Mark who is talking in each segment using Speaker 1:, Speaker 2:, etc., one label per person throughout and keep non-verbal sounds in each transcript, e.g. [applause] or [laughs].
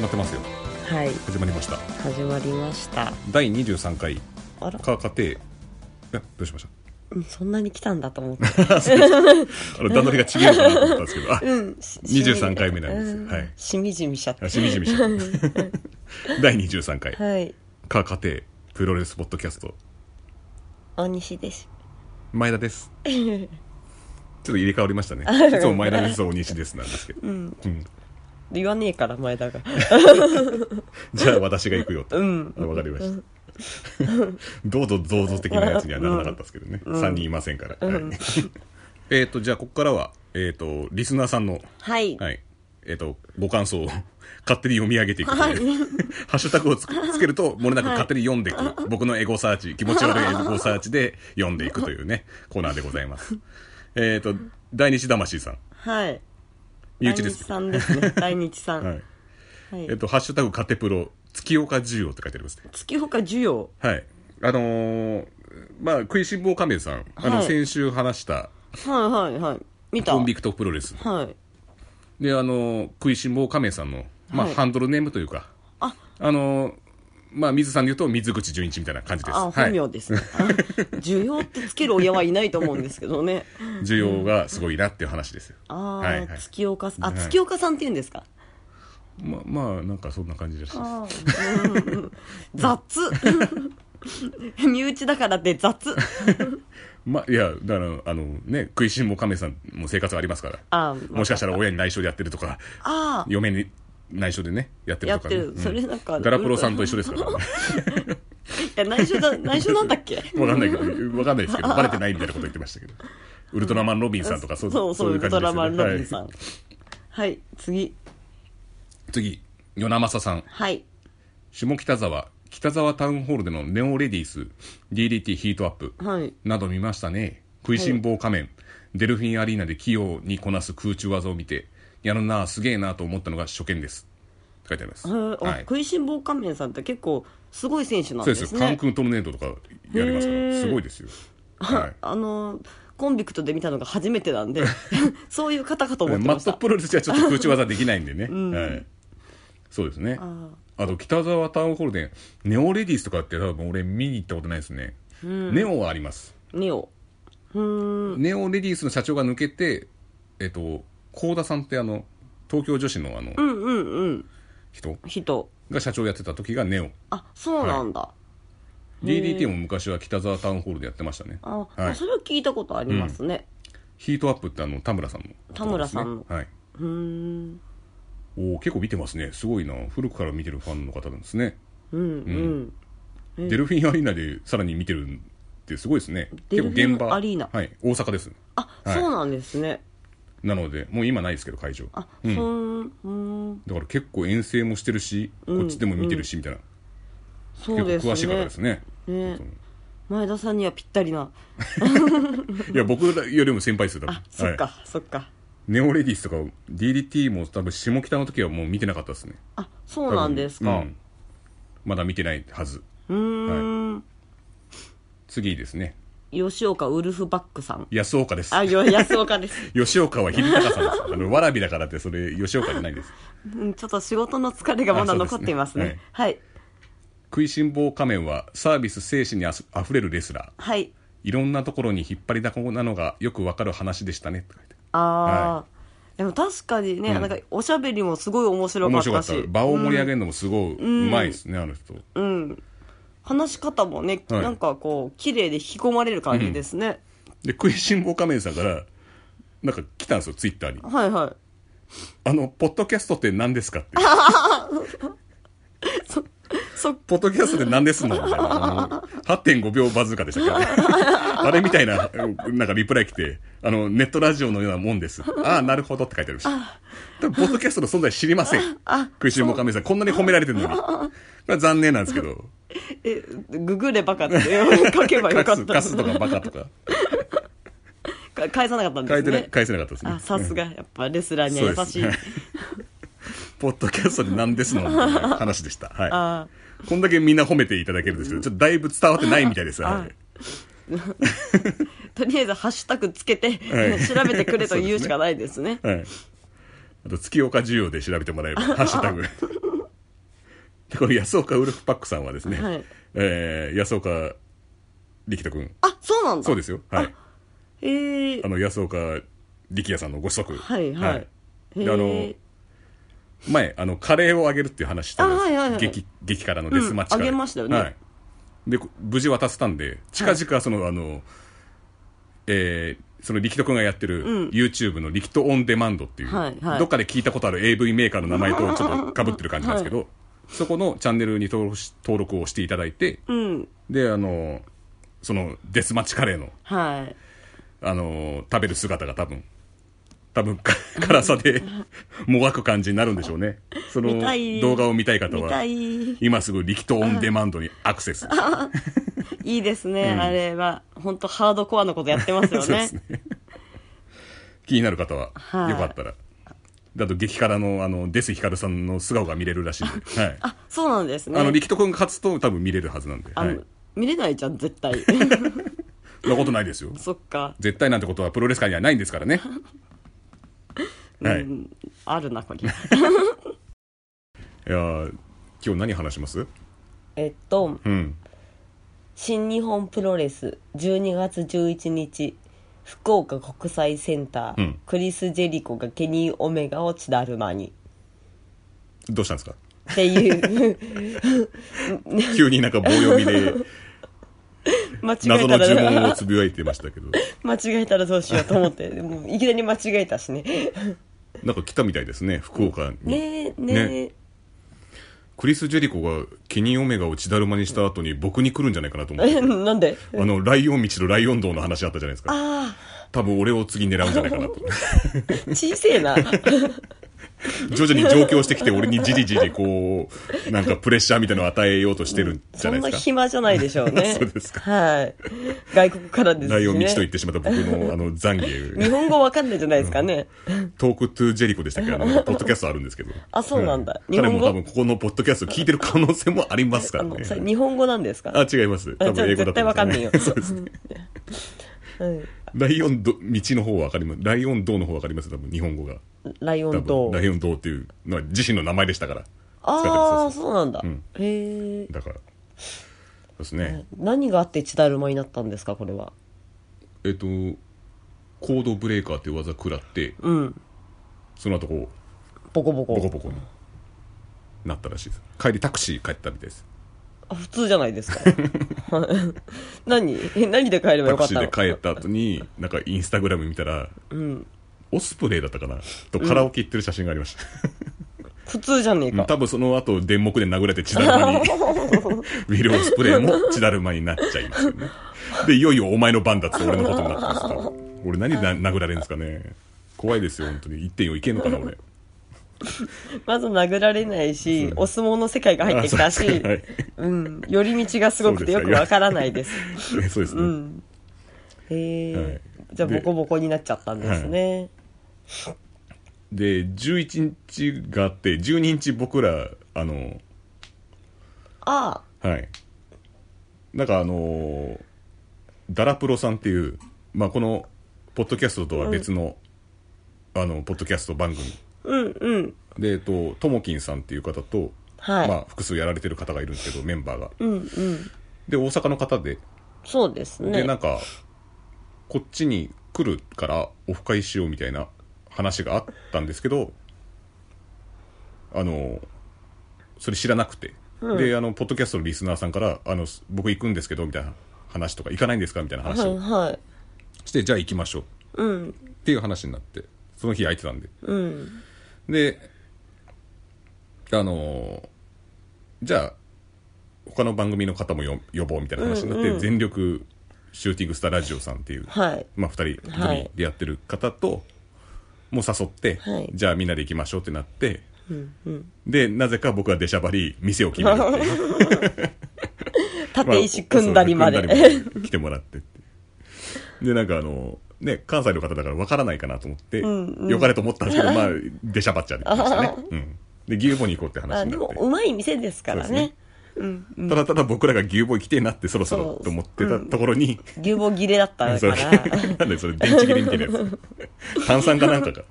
Speaker 1: なってますよ
Speaker 2: はい
Speaker 1: 始まりました
Speaker 2: 始まりました
Speaker 1: 第23回
Speaker 2: あら
Speaker 1: か家庭えどうしまし
Speaker 2: うんそんなに来たんだ
Speaker 1: [laughs]
Speaker 2: と思って
Speaker 1: たあの段取りが違うかなと思ったんですけどあ [laughs]
Speaker 2: うん
Speaker 1: 23回目なんです
Speaker 2: う
Speaker 1: はい
Speaker 2: しみじみしちゃった
Speaker 1: あしみじみしちゃった [laughs] 第23回
Speaker 2: はい
Speaker 1: 「か家庭プロレスポッドキャスト
Speaker 2: 大西です」
Speaker 1: 前田ですちょっと入れ替わりましたねいつも前田です大西ですなんですけど、うん
Speaker 2: 言わねえから前田が
Speaker 1: じゃあ私が行くよと、
Speaker 2: うん
Speaker 1: あわかりましたどうぞどうぞ的なやつにはならなかったですけどね、三3人いませんから、はい [laughs] えっとじゃあここからはえっ、とリスナーさんの
Speaker 2: はい
Speaker 1: はい。えっ、と、ご感想を [laughs] 勝手に読み上げていくという、 [laughs] ハッシュタグをつつけると、もれなく勝手に読んでいく、僕のエゴサーチ、気持ち悪いエゴサーチで読んでいくという
Speaker 2: [laughs]
Speaker 1: ね、コーナーでございます。えっと、大日魂さん、
Speaker 2: [laughs] はい
Speaker 1: 身
Speaker 2: 大
Speaker 1: 内で
Speaker 2: 日
Speaker 1: す。
Speaker 2: さんで
Speaker 1: [laughs]
Speaker 2: すね大日さん
Speaker 1: は。
Speaker 2: はいい
Speaker 1: えっ、と、ハッシュタグカテプロ、月岡需要って書いてありますね。
Speaker 2: 月ほか需要
Speaker 1: はい。あのーまあ、食いしん坊亀さん、あの、
Speaker 2: はい
Speaker 1: 先週話した、
Speaker 2: はいはいはい見た
Speaker 1: コンビクトプロレス。
Speaker 2: はい
Speaker 1: で、あのー食いしん坊亀さんの、まあ、
Speaker 2: はい
Speaker 1: ハンドルネームというか、
Speaker 2: あ
Speaker 1: あのまあ、水さんで言うと水口純一みたいな感じです。
Speaker 2: あ
Speaker 1: は
Speaker 2: 本
Speaker 1: い。
Speaker 2: 名ですね需要ってつける親はいないと思うんですけど
Speaker 1: [laughs]
Speaker 2: ね
Speaker 1: 需要がすごいなっていう話ですよ。
Speaker 2: あ
Speaker 1: はい
Speaker 2: あ
Speaker 1: はい
Speaker 2: 月岡さんあ
Speaker 1: はい
Speaker 2: 月岡さんって言うんですか
Speaker 1: ま、まあ、なんかそんな感じらしいです。
Speaker 2: あーうん雑 [laughs] 身内だからって雑
Speaker 1: まあ、いや、だから、あのね、食いしん坊亀さんも生活がありますから、
Speaker 2: あー
Speaker 1: もしかしたら親に内緒でやってるとか、
Speaker 2: あ
Speaker 1: 嫁に内緒でね、やってるとか、ね。
Speaker 2: やってるそれなんか
Speaker 1: ガラプロさんと一緒です
Speaker 2: [laughs]
Speaker 1: から、ね、
Speaker 2: あいや内緒だ内緒なんだっけ
Speaker 1: わかんないけど、わかんないですけど、バレてないみたいなこと言ってましたけど。ウルトラマンロビンさん [laughs] とか、そう
Speaker 2: そう
Speaker 1: そう
Speaker 2: そう
Speaker 1: いう
Speaker 2: ウ
Speaker 1: 感
Speaker 2: ル
Speaker 1: じですよ
Speaker 2: トラ
Speaker 1: ね。
Speaker 2: マンロビンさん
Speaker 1: は
Speaker 2: はい、次
Speaker 1: い次、与那正さん。
Speaker 2: はい
Speaker 1: 下北沢北沢タウンホールでのネオレディース DDT ヒートアップ
Speaker 2: はい
Speaker 1: など見ましたね食いしん坊仮面、デルフィンアリーナで器用にこなす空中技を見てやるなあすげえなあと思ったのが初見ですって書いてあります、
Speaker 2: へーあ
Speaker 1: はい、
Speaker 2: 食いしん坊仮面さんって結構すごい選手なん
Speaker 1: そう
Speaker 2: で
Speaker 1: ですすよ関
Speaker 2: ね
Speaker 1: 空トルネードとかやりますか
Speaker 2: へ
Speaker 1: ら
Speaker 2: ー
Speaker 1: すごいですよ、はい
Speaker 2: [laughs] あのーコンビクトで見たのが初め
Speaker 1: [laughs]
Speaker 2: てなんでそういう方かと思って
Speaker 1: マ
Speaker 2: ま
Speaker 1: ッ
Speaker 2: し
Speaker 1: ト
Speaker 2: た
Speaker 1: プロレスじゃちょっと空中技できないんでね、はい、そうですねあ
Speaker 2: あ
Speaker 1: と北沢タウンホールでネオレディースとかって多分俺見に行ったことないですね、ネオはあります
Speaker 2: ネオうーん
Speaker 1: ネオレディースの社長が抜けて、えっと、幸田さんってあの、東京女子のあの、
Speaker 2: うんうんうん
Speaker 1: 人
Speaker 2: 人
Speaker 1: が社長やってた時がネオ。
Speaker 2: あそうなんだ、
Speaker 1: DDT も昔は北沢タウンホールでやってましたね。
Speaker 2: あ、
Speaker 1: は
Speaker 2: あ
Speaker 1: い
Speaker 2: そ。れは聞いたことありますね、
Speaker 1: ヒートアップってあの、田村さんの、
Speaker 2: 田村さんの
Speaker 1: はい。
Speaker 2: うーん
Speaker 1: おお結構見てますね。すごいな。古くから見てるファンの方なんですね。
Speaker 2: うんうん、
Speaker 1: デルフィンアリーナでさらに見てるってすごいですね。
Speaker 2: デルフィンアリーナ
Speaker 1: はい。大阪です。
Speaker 2: あ、
Speaker 1: はい
Speaker 2: そうなんですね
Speaker 1: なので、もう今ないですけど、会場。
Speaker 2: あ、そん、うん
Speaker 1: だから結構遠征もしてるし、こっちでも見てるし、みたいな。
Speaker 2: そうで
Speaker 1: 結
Speaker 2: す
Speaker 1: 構
Speaker 2: ね
Speaker 1: 詳しい方ですね。
Speaker 2: ね
Speaker 1: 本
Speaker 2: 前田さんにはぴったりな
Speaker 1: 当にいや、僕らよりも先輩ですよ、多分。
Speaker 2: あそっか、
Speaker 1: はい
Speaker 2: そっか
Speaker 1: ネオレディースとか、DDT も多分下北の時はもう見てなかったですね。
Speaker 2: あそうなんです
Speaker 1: 多
Speaker 2: か
Speaker 1: 分うんまだ見てないはず。
Speaker 2: うーん、
Speaker 1: 次ですね。
Speaker 2: 吉岡ウルフバックさん
Speaker 1: 安岡です。
Speaker 2: あよ安岡です
Speaker 1: [laughs] 吉岡は秀高さんです。 [laughs] あの、わらびだからって、それ、吉岡じゃないです。
Speaker 2: うんちょっと仕事の疲れがまだ残っていますね
Speaker 1: あそうですね
Speaker 2: はい
Speaker 1: 食いしん坊仮面は、サービス精神にあす溢れるレスラー。
Speaker 2: はい
Speaker 1: いろんなところに引っ張りだこなのがよくわかる話でしたね。って書いて
Speaker 2: ああ、
Speaker 1: は
Speaker 2: でも確かにね、なんかおしゃべりもすごい面白か
Speaker 1: 面
Speaker 2: っ
Speaker 1: 白か
Speaker 2: た
Speaker 1: っ。
Speaker 2: した
Speaker 1: 場を盛り上げるのもすごい、うまいですね、あの人。
Speaker 2: うん話し方もね、
Speaker 1: はい
Speaker 2: なんかこう綺麗で引き込まれる感じですね、
Speaker 1: で、食いしん坊仮面さんから、なんか来たんですよ、ツイッターに。
Speaker 2: はいはい
Speaker 1: あの、ポッドキャストって何ですかって。
Speaker 2: そ
Speaker 1: ポッドキャストって何ですのみたいな。あの8.5秒バズーカで
Speaker 2: [laughs]
Speaker 1: したっけあれみたいな、なんかリプライ来て、あの、ネットラジオのようなもんです。ああ、なるほどって書いてありました。多分、ポッドキャストの存在知りません。食いしん坊仮面さん、こんなに褒められてるのに。これは残念なんですけ
Speaker 2: [laughs]
Speaker 1: ど。
Speaker 2: えググればかって書けばよか
Speaker 1: カ
Speaker 2: っ
Speaker 1: ス、
Speaker 2: た
Speaker 1: カスとかバカとか。
Speaker 2: か返さなかったんで
Speaker 1: 書
Speaker 2: す
Speaker 1: いてな
Speaker 2: ね
Speaker 1: 返せなかったですね
Speaker 2: あ。さすがやっぱレスラーには優しい、
Speaker 1: そうですね [laughs] ポッドキャストで何ですのみたいな話で
Speaker 2: [laughs]
Speaker 1: した。はい。
Speaker 2: あ
Speaker 1: こんだけみんな褒めていただけるんですけど、ちょっとだいぶ伝わってないみたいです。はい
Speaker 2: とりあえずハッシュタグつけて、
Speaker 1: い
Speaker 2: 調べてくれと言うしかないですね
Speaker 1: はい。あと、月岡需要で調べてもらえれば、ハッシュタグ。 [laughs] でこの安岡ウルフパックさんはですね、
Speaker 2: はい
Speaker 1: えー安岡力人君
Speaker 2: あ、そうなんだ。
Speaker 1: そうですよはい
Speaker 2: へえ
Speaker 1: あ。の安岡力也さんのご子息
Speaker 2: はいはい。
Speaker 1: であの
Speaker 2: へ
Speaker 1: 前あのカレーをあげるっていう話したんです、
Speaker 2: あはいはいはい
Speaker 1: 激激辛のデスマッチカレー、
Speaker 2: うんあげましたよね
Speaker 1: はい、でこ無事渡せたんで近々その、あのえーその力人君がやって
Speaker 2: う
Speaker 1: る
Speaker 2: ん
Speaker 1: YouTube の力人オンデマンドっていう、
Speaker 2: はいはい
Speaker 1: どっかで聞いたことある AV メーカーの名前とちょっとかぶってる感じなんですけ
Speaker 2: [laughs]
Speaker 1: ど、そこのチャンネルに登録し登録をしていただいて
Speaker 2: ーうん。
Speaker 1: であのそのデスマッチカレーの
Speaker 2: はい。
Speaker 1: あのー食べる姿が多分多分か [laughs] 辛さでもがく感じになるんでしょうねその
Speaker 2: 見たい
Speaker 1: 動画を見たい方
Speaker 2: 見た。
Speaker 1: はい
Speaker 2: い
Speaker 1: 今すぐ力投オンデマンドにアクセス
Speaker 2: いですね。あれは、本当ハードコアのことやってます
Speaker 1: [laughs]
Speaker 2: よ
Speaker 1: そうで
Speaker 2: ね
Speaker 1: す。ね気になる方は、
Speaker 2: はい
Speaker 1: よかったらだと激辛のあのデスヒカルさんの素顔が見れるらしいんで、はい、あ
Speaker 2: あ、そうなんですね。
Speaker 1: の力投君が勝つと多分見れるはずなんで、
Speaker 2: あ
Speaker 1: は
Speaker 2: の
Speaker 1: い、
Speaker 2: 見れないじゃん、絶
Speaker 1: [laughs]
Speaker 2: 対。
Speaker 1: そんなことないですよ
Speaker 2: そっか。
Speaker 1: 絶対なんてことはプロレス界にはないんですからね
Speaker 2: [laughs]
Speaker 1: はい、
Speaker 2: う
Speaker 1: い
Speaker 2: んあるな、これ。
Speaker 1: やー今日何話します
Speaker 2: えっと、
Speaker 1: うん
Speaker 2: 新日本プロレス12月11日福岡国際センター、
Speaker 1: うん
Speaker 2: クリス・ジェリコがケニー・オメガを血だるまに
Speaker 1: どうしたんですか
Speaker 2: っていう
Speaker 1: 急になんか棒読みで
Speaker 2: 間違
Speaker 1: [laughs]
Speaker 2: え
Speaker 1: 謎
Speaker 2: た
Speaker 1: の呪
Speaker 2: ら
Speaker 1: 文をつぶやいてましたけど
Speaker 2: [laughs] 間違えたらどうしようと思ってでもいきなり間違えたしね
Speaker 1: なんか来たみたいですね福岡に、
Speaker 2: ねえねえ
Speaker 1: クリス・ジェリコがケニー・オメガを血だるまにした後に僕に来るんじゃないかなと思って
Speaker 2: [laughs] なんで
Speaker 1: あのライオン道とライオン道の話あったじゃないですか
Speaker 2: あ
Speaker 1: 多分俺を次狙うんじゃないかな
Speaker 2: [laughs]
Speaker 1: と
Speaker 2: あ小せえな
Speaker 1: 徐々に上京してきて俺にじりじりこうなんかプレッシャーみたいなのを与えようとしてるん [laughs] じ
Speaker 2: そ
Speaker 1: ゃなんい
Speaker 2: な
Speaker 1: ですか
Speaker 2: 暇じゃないでしょう
Speaker 1: [laughs]
Speaker 2: ね
Speaker 1: そうですか
Speaker 2: はい外国からですし、ね、
Speaker 1: ライオン道と言ってしまった僕のあの懺
Speaker 2: [laughs] 日
Speaker 1: 悔
Speaker 2: 本語わかんないじゃないですかね、
Speaker 1: トーク・トゥ・ジェリコでしたっけあのポッドキャストあるんですけど
Speaker 2: あそうなんだ
Speaker 1: 彼も
Speaker 2: 日本語
Speaker 1: 多分ここのポッドキャスト聞いてる可能性もありますから
Speaker 2: あの
Speaker 1: ね
Speaker 2: それ日本語なんですか
Speaker 1: あ、違います。多分英語だ
Speaker 2: 絶対わ
Speaker 1: った
Speaker 2: かん
Speaker 1: んで
Speaker 2: ね
Speaker 1: すよ
Speaker 2: えよ
Speaker 1: ね。 [laughs] そうですね。
Speaker 2: うん
Speaker 1: ライオンど道の方はわかります。ライオン道の方わかります。多分日本語が。
Speaker 2: ライ
Speaker 1: 多
Speaker 2: オン
Speaker 1: 分
Speaker 2: と
Speaker 1: ライオン道っていうのは自身の名前でしたから。使って
Speaker 2: あ
Speaker 1: ま
Speaker 2: あ
Speaker 1: す
Speaker 2: そうなんだ、
Speaker 1: うん
Speaker 2: へえ
Speaker 1: だから。そうですね。
Speaker 2: 何があって血だるまになったんですかこれは
Speaker 1: えっと、コードブレーカーっていう技食らって、
Speaker 2: うん
Speaker 1: その後こう、
Speaker 2: ボコボコ
Speaker 1: ボコボコになったらしいです。帰りタクシー帰ったみたいです。
Speaker 2: あ普通じゃないですか [laughs] 何 [laughs] え何で帰れば
Speaker 1: タ
Speaker 2: よか
Speaker 1: ク
Speaker 2: っ
Speaker 1: シ
Speaker 2: た
Speaker 1: ー
Speaker 2: の
Speaker 1: で帰った後に、なんかインスタグラム見たら、オスプレイだったかなとカラオケ行ってる写真がありました。
Speaker 2: 普通じゃねえか、
Speaker 1: 多分その後電目で殴られて血だるまにウィル・オスプレイも血だるまになっちゃいますよねでいよいよお前の番だっつって俺のことになってますから俺何でな殴られるんですかね怖いですよ本当に1.4いけんのかな俺
Speaker 2: [laughs] まず殴られないし、
Speaker 1: うん
Speaker 2: お相撲の世界が入ってきた
Speaker 1: あ
Speaker 2: し
Speaker 1: そう [laughs] はい
Speaker 2: うん寄り道がすごくてよくわからないです
Speaker 1: えそうですね、
Speaker 2: うんへえ、
Speaker 1: はい
Speaker 2: じゃあボ
Speaker 1: で
Speaker 2: コボコになっちゃったんですね、
Speaker 1: で11日があって12日僕らあの
Speaker 2: あ
Speaker 1: はいなんかあのーダラプロさんっていう、まあ、このポッドキャストとは別の、あのポッドキャスト番組
Speaker 2: あうんうん
Speaker 1: で、えっと、ともきんさんっていう方と、
Speaker 2: はい
Speaker 1: まあ、複数やられてる方がいるんですけど、メンバーが。
Speaker 2: うんうん
Speaker 1: で、大阪の方で、
Speaker 2: そうですね
Speaker 1: で、なんか、こっちに来るからオフ会しようみたいな話があったんですけど、あの、それ知らなくて。で、あの、ポッドキャストのリスナーさんから、あの、す僕行くんですけど、みたいな話とか、行かないんですかみたいな話
Speaker 2: はい
Speaker 1: を
Speaker 2: はい
Speaker 1: して、じゃあ行きましょう。っていう話になって、その日空いてたんで。
Speaker 2: うん
Speaker 1: で、あのーじゃあ、他の番組の方もよ呼ぼうみたいな話になって、全力シューティングスターラジオさんっていう、
Speaker 2: はい
Speaker 1: まあ、2人組でやってる方と、もう誘って、
Speaker 2: はい
Speaker 1: じゃあみんなで行きましょうってなって、で、なぜか僕は出しゃばり、店を決めるっていう。
Speaker 2: 縦石組んだりまで、
Speaker 1: そう組んだりまで来てもらってって [laughs] で、なんかあのーね、関西の方だから分からないかなと思って、よかれと思ったんです
Speaker 2: [laughs]
Speaker 1: けど、まあ、出しゃばっちゃってましたね。うん。で、牛ボに行こうって話
Speaker 2: あ
Speaker 1: に
Speaker 2: で
Speaker 1: なっ
Speaker 2: も
Speaker 1: て。
Speaker 2: うまい店ですから
Speaker 1: そうです
Speaker 2: ね
Speaker 1: ねただただ僕らが牛ボ行きてえなってそろそ
Speaker 2: そ
Speaker 1: ろ
Speaker 2: う
Speaker 1: と思ってたところに、
Speaker 2: 牛棒切れだったか
Speaker 1: それ
Speaker 2: ら [laughs]
Speaker 1: [laughs] なんでそれ電池切れみたいなやつ。炭酸かなんかか。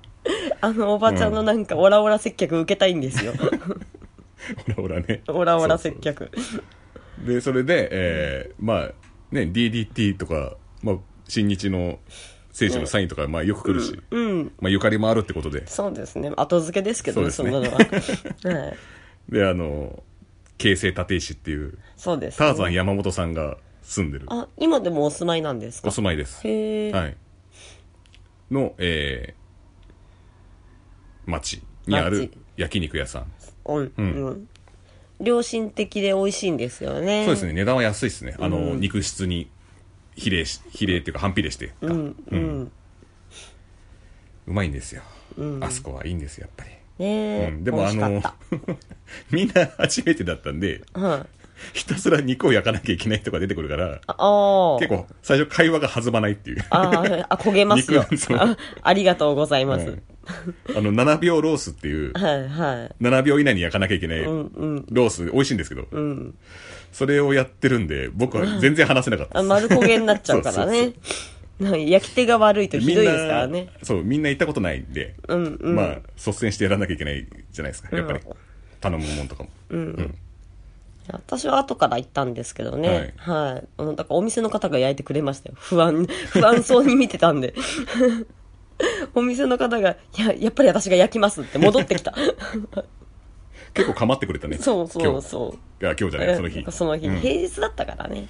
Speaker 2: あのおばちゃんのなんかオラオラ接客受けたいんですよ、
Speaker 1: オラオラね。
Speaker 2: オラオラ
Speaker 1: そう
Speaker 2: 接
Speaker 1: そう
Speaker 2: 客。
Speaker 1: で、それで、えー、まあ、ね、DDT とか、まあ、新日の選手のサインとか、まあ、よく来るし、
Speaker 2: うん。
Speaker 1: まあ、ゆかりもあるってことで、
Speaker 2: そうですね。後付けですけどね、
Speaker 1: そ
Speaker 2: そう
Speaker 1: です
Speaker 2: んな
Speaker 1: ね
Speaker 2: のは。
Speaker 1: [laughs]
Speaker 2: はい。
Speaker 1: で、あの、京成立石っていう、
Speaker 2: そうです、
Speaker 1: ターザン山本さんが住んでる、
Speaker 2: あ、今でもお住まいなんです
Speaker 1: お
Speaker 2: か
Speaker 1: 住まいです。
Speaker 2: へえ。
Speaker 1: はい。の、えー、町にある
Speaker 2: 町
Speaker 1: 焼肉屋さん。
Speaker 2: うん。
Speaker 1: う
Speaker 2: うんん。良心的で美味しいんですよね。
Speaker 1: そうですね、値段は安いですね。あの、
Speaker 2: うん
Speaker 1: 肉質に比例し、比例っていうか反比例してか、
Speaker 2: う。
Speaker 1: うん
Speaker 2: うん。
Speaker 1: うまいんですよ。
Speaker 2: うん
Speaker 1: あそこはいいんですよ、やっぱり。
Speaker 2: ねえ、
Speaker 1: うん、でもあ
Speaker 2: 美味
Speaker 1: の
Speaker 2: しかっ、
Speaker 1: [laughs] みんな初めてだったんで、
Speaker 2: た。はい。
Speaker 1: ひたすら肉を焼かなきゃいけない人が出てくるから、
Speaker 2: ああー。
Speaker 1: 結構最初会話が弾まないっていう。
Speaker 2: あーあ、焦げますよ
Speaker 1: 肉そう。
Speaker 2: あありがとうございま
Speaker 1: う
Speaker 2: す
Speaker 1: ん。あの、7秒ロースっていう、
Speaker 2: はいはい。
Speaker 1: 7秒以内に焼かなきゃいけない
Speaker 2: うん
Speaker 1: ロ
Speaker 2: うん
Speaker 1: ース、美味しいんですけど、
Speaker 2: うん。
Speaker 1: それをやってるんで、僕は全然話せなかった
Speaker 2: あ
Speaker 1: です。
Speaker 2: 丸焦げになっちゃうからね。はい [laughs] 焼き手が悪いとひどいですから
Speaker 1: みん
Speaker 2: ね
Speaker 1: な。そう、みんな行ったことないんで、
Speaker 2: うんうん。
Speaker 1: まあ、率先してやらなきゃいけないじゃないですか、やっぱり
Speaker 2: うん。
Speaker 1: 頼むもんとかも。うん
Speaker 2: 私は後から行ったんですけどね。はい。あのだからお店の方が焼いてくれましたよ。不安、不安そうに見てたんで。 [laughs] お店の方が、いや、やっぱり私が焼きますって戻って
Speaker 1: [laughs]
Speaker 2: きた。
Speaker 1: 結構構ってくれたね。
Speaker 2: そうそう
Speaker 1: う。
Speaker 2: そう。
Speaker 1: いや今日じゃない、その日。
Speaker 2: その日、
Speaker 1: うん
Speaker 2: 平日だったからね。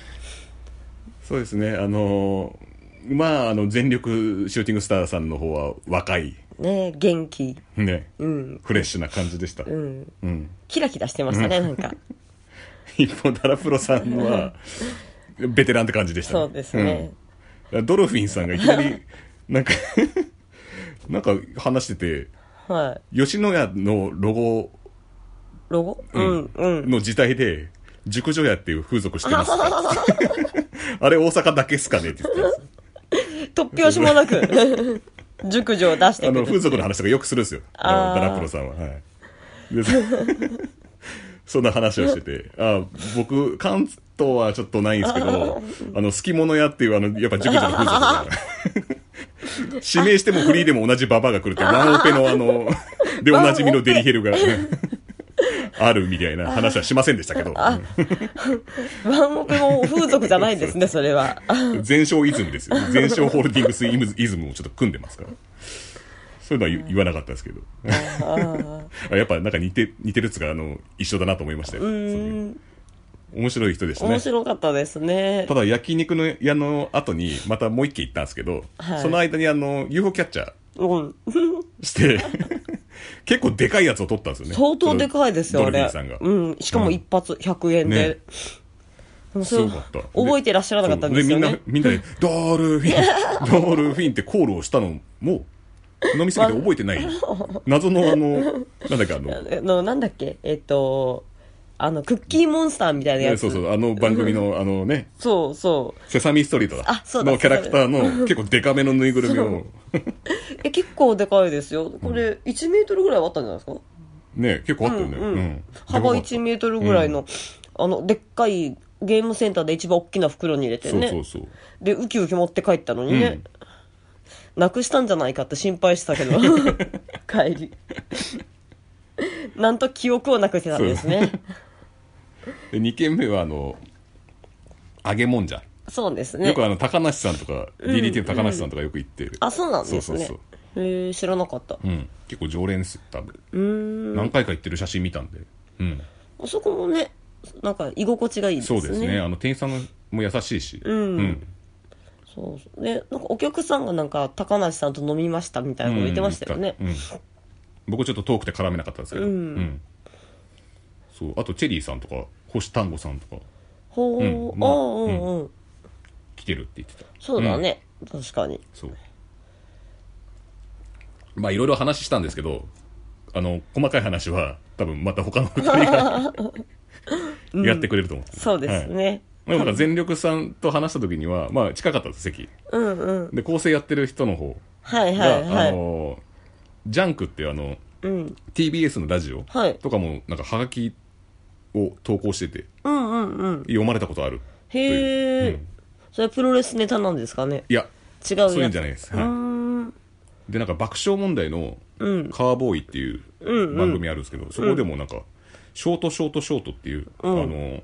Speaker 1: そうですね、あのーまあ、あの、全力シューティングスターさんの方は若い、
Speaker 2: ね元気。
Speaker 1: ね、
Speaker 2: うん。
Speaker 1: フレッシュな感じでした。う。
Speaker 2: うんん。キラキラしてましたね、な
Speaker 1: [laughs]
Speaker 2: んか。
Speaker 1: 一方、ダラプロさんは、ベテランって感じでした、ね。
Speaker 2: そうですね。
Speaker 1: うんドルフィンさんがいきなり、 [laughs] なんか、なんか話してて、
Speaker 2: はい。
Speaker 1: 吉野家のロゴ
Speaker 2: ロゴうん、うん。 [laughs]
Speaker 1: の字体で、熟女屋っていう風俗してますって。あれ大阪だけっすかねって言ってたんですよ
Speaker 2: 突拍子もなく、 [laughs] 熟女を出して
Speaker 1: あ [laughs]
Speaker 2: く
Speaker 1: の、風
Speaker 2: る。
Speaker 1: 俗の話とかよくするんですよ。あ
Speaker 2: あー
Speaker 1: のダラプロさんは。はい。でそ [laughs] そんな話をしてて、あ僕、関東はちょっとないんですけど、あの、好き物屋っていう、あの、やっぱ熟女の風俗が指名してもフリーでも同じババアが来るって、ワンオペのあ [laughs] の、でおなじみのデリヘルが、あるみたいな話はしませんでしたけど、
Speaker 2: ワンオペも風俗じゃないですね、それは。
Speaker 1: 全商イズムです
Speaker 2: [laughs]
Speaker 1: よ。全商ホールディングスイズイズムもちょっと組んでますから。そういうのは言言わなかったですけど。あ [laughs] やっぱなんか似て、似てるっつうか、あの、一緒だなと思いましたよ。そういう面白い人でしたね
Speaker 2: 面。白かったですね
Speaker 1: た。だ焼肉の屋の後に、またもう一軒行ったんですけど、
Speaker 2: はい
Speaker 1: その間にあの、UFO キャッチャ
Speaker 2: うん。
Speaker 1: ーして、
Speaker 2: [laughs]
Speaker 1: 結構でかいやつを取ったんですよね。
Speaker 2: 相当でかいですよ、
Speaker 1: ド
Speaker 2: あ
Speaker 1: ルフィ
Speaker 2: れ
Speaker 1: ンさんが。。
Speaker 2: うん。しかも一発100円
Speaker 1: ね
Speaker 2: で。でもそれ
Speaker 1: すごかったで
Speaker 2: 覚えてらっしゃらなかったんですよ
Speaker 1: そ
Speaker 2: ね
Speaker 1: う。みんな、みんなで、ドル
Speaker 2: [laughs]
Speaker 1: フィン、ドルフィンってコールをしたのも、飲みすぎて覚えてない。謎のあの、なんだっけあの、
Speaker 2: あの、なんだっけえっと、あの、クッキーモンスターみたいなや
Speaker 1: ね
Speaker 2: つ。
Speaker 1: そうそう、あの番組のあのね、
Speaker 2: そうそう。
Speaker 1: セサミストリートだ。
Speaker 2: あそうだ
Speaker 1: のキャラクターの結構デカめのぬいぐるみを、
Speaker 2: え、結構でかいですよ。これ、1メートルぐらいはあったんじゃないですか
Speaker 1: ね、結構あったよね。
Speaker 2: うんうん
Speaker 1: うんで
Speaker 2: 幅
Speaker 1: かかった
Speaker 2: 1メートルぐらいの、あの、でっかいゲームセンターで一番大きな袋に入れて
Speaker 1: そう
Speaker 2: ね。
Speaker 1: そうそう。
Speaker 2: で、ウキウキ持って帰ったのに
Speaker 1: う
Speaker 2: ね
Speaker 1: ん。
Speaker 2: な、くしたんじゃないかって心配してたけ
Speaker 1: [laughs]
Speaker 2: ど、帰り。なんと記憶をなくしてたんですね。
Speaker 1: で、2軒目はあの、揚げもんじゃ。
Speaker 2: そうですね
Speaker 1: よく。あの、高梨さんとか、DDT の高梨さんとかよく行ってる。
Speaker 2: あ、そうなんです
Speaker 1: そう
Speaker 2: ね
Speaker 1: そう。
Speaker 2: へえ、知らなかった。
Speaker 1: うん。結構常連ですよ、多分。
Speaker 2: うーん。
Speaker 1: 何回か行ってる写真見たんで。うん。
Speaker 2: あそこもね、なんか居心地がいいです
Speaker 1: そ
Speaker 2: ね。
Speaker 1: うですね。あの、店員さんも優しいし。
Speaker 2: うん
Speaker 1: うん。
Speaker 2: そうそうで、なんかお客さんがなんか、高梨さんと飲みましたみたいなこと言ってましたよね。
Speaker 1: うん。言ったうん僕ちょっと遠くて絡めなかったんですけど。
Speaker 2: うん
Speaker 1: んそう。あと、チェリーさんとか、星丹吾さんとか、
Speaker 2: ほう、
Speaker 1: うんま
Speaker 2: あ
Speaker 1: あ
Speaker 2: あ、うんうん。
Speaker 1: 来てるって言ってた。
Speaker 2: そうだね。確かに。
Speaker 1: そう。まあ、いろいろ話したんですけど、あの、細かい話は、多分また他の二人がやってくれると思う。
Speaker 2: [laughs] そうです
Speaker 1: はい。
Speaker 2: ね。
Speaker 1: まあなんか全力さんと話した時には、まあ、近かったです、席。
Speaker 2: うんうん。
Speaker 1: で、構成やってる人の方
Speaker 2: はい
Speaker 1: が、
Speaker 2: はいは
Speaker 1: あ
Speaker 2: い。
Speaker 1: のージャンクっていうあの、
Speaker 2: うん。
Speaker 1: TBS のラジオ
Speaker 2: はい
Speaker 1: とかもなんかハガキを投稿してて
Speaker 2: うんうんうん。
Speaker 1: 読まれたことあるという
Speaker 2: へえ、
Speaker 1: うん
Speaker 2: それプロレスネタなんですかね
Speaker 1: いや
Speaker 2: 違うやつ。
Speaker 1: そういうんじゃないです、
Speaker 2: うー
Speaker 1: は
Speaker 2: ん。
Speaker 1: い、でなんか爆笑問題の
Speaker 2: うん
Speaker 1: 「カーボーイ」っていう番組あるんですけど、そこでもなんかショートショートショートっていう、
Speaker 2: うん
Speaker 1: あの、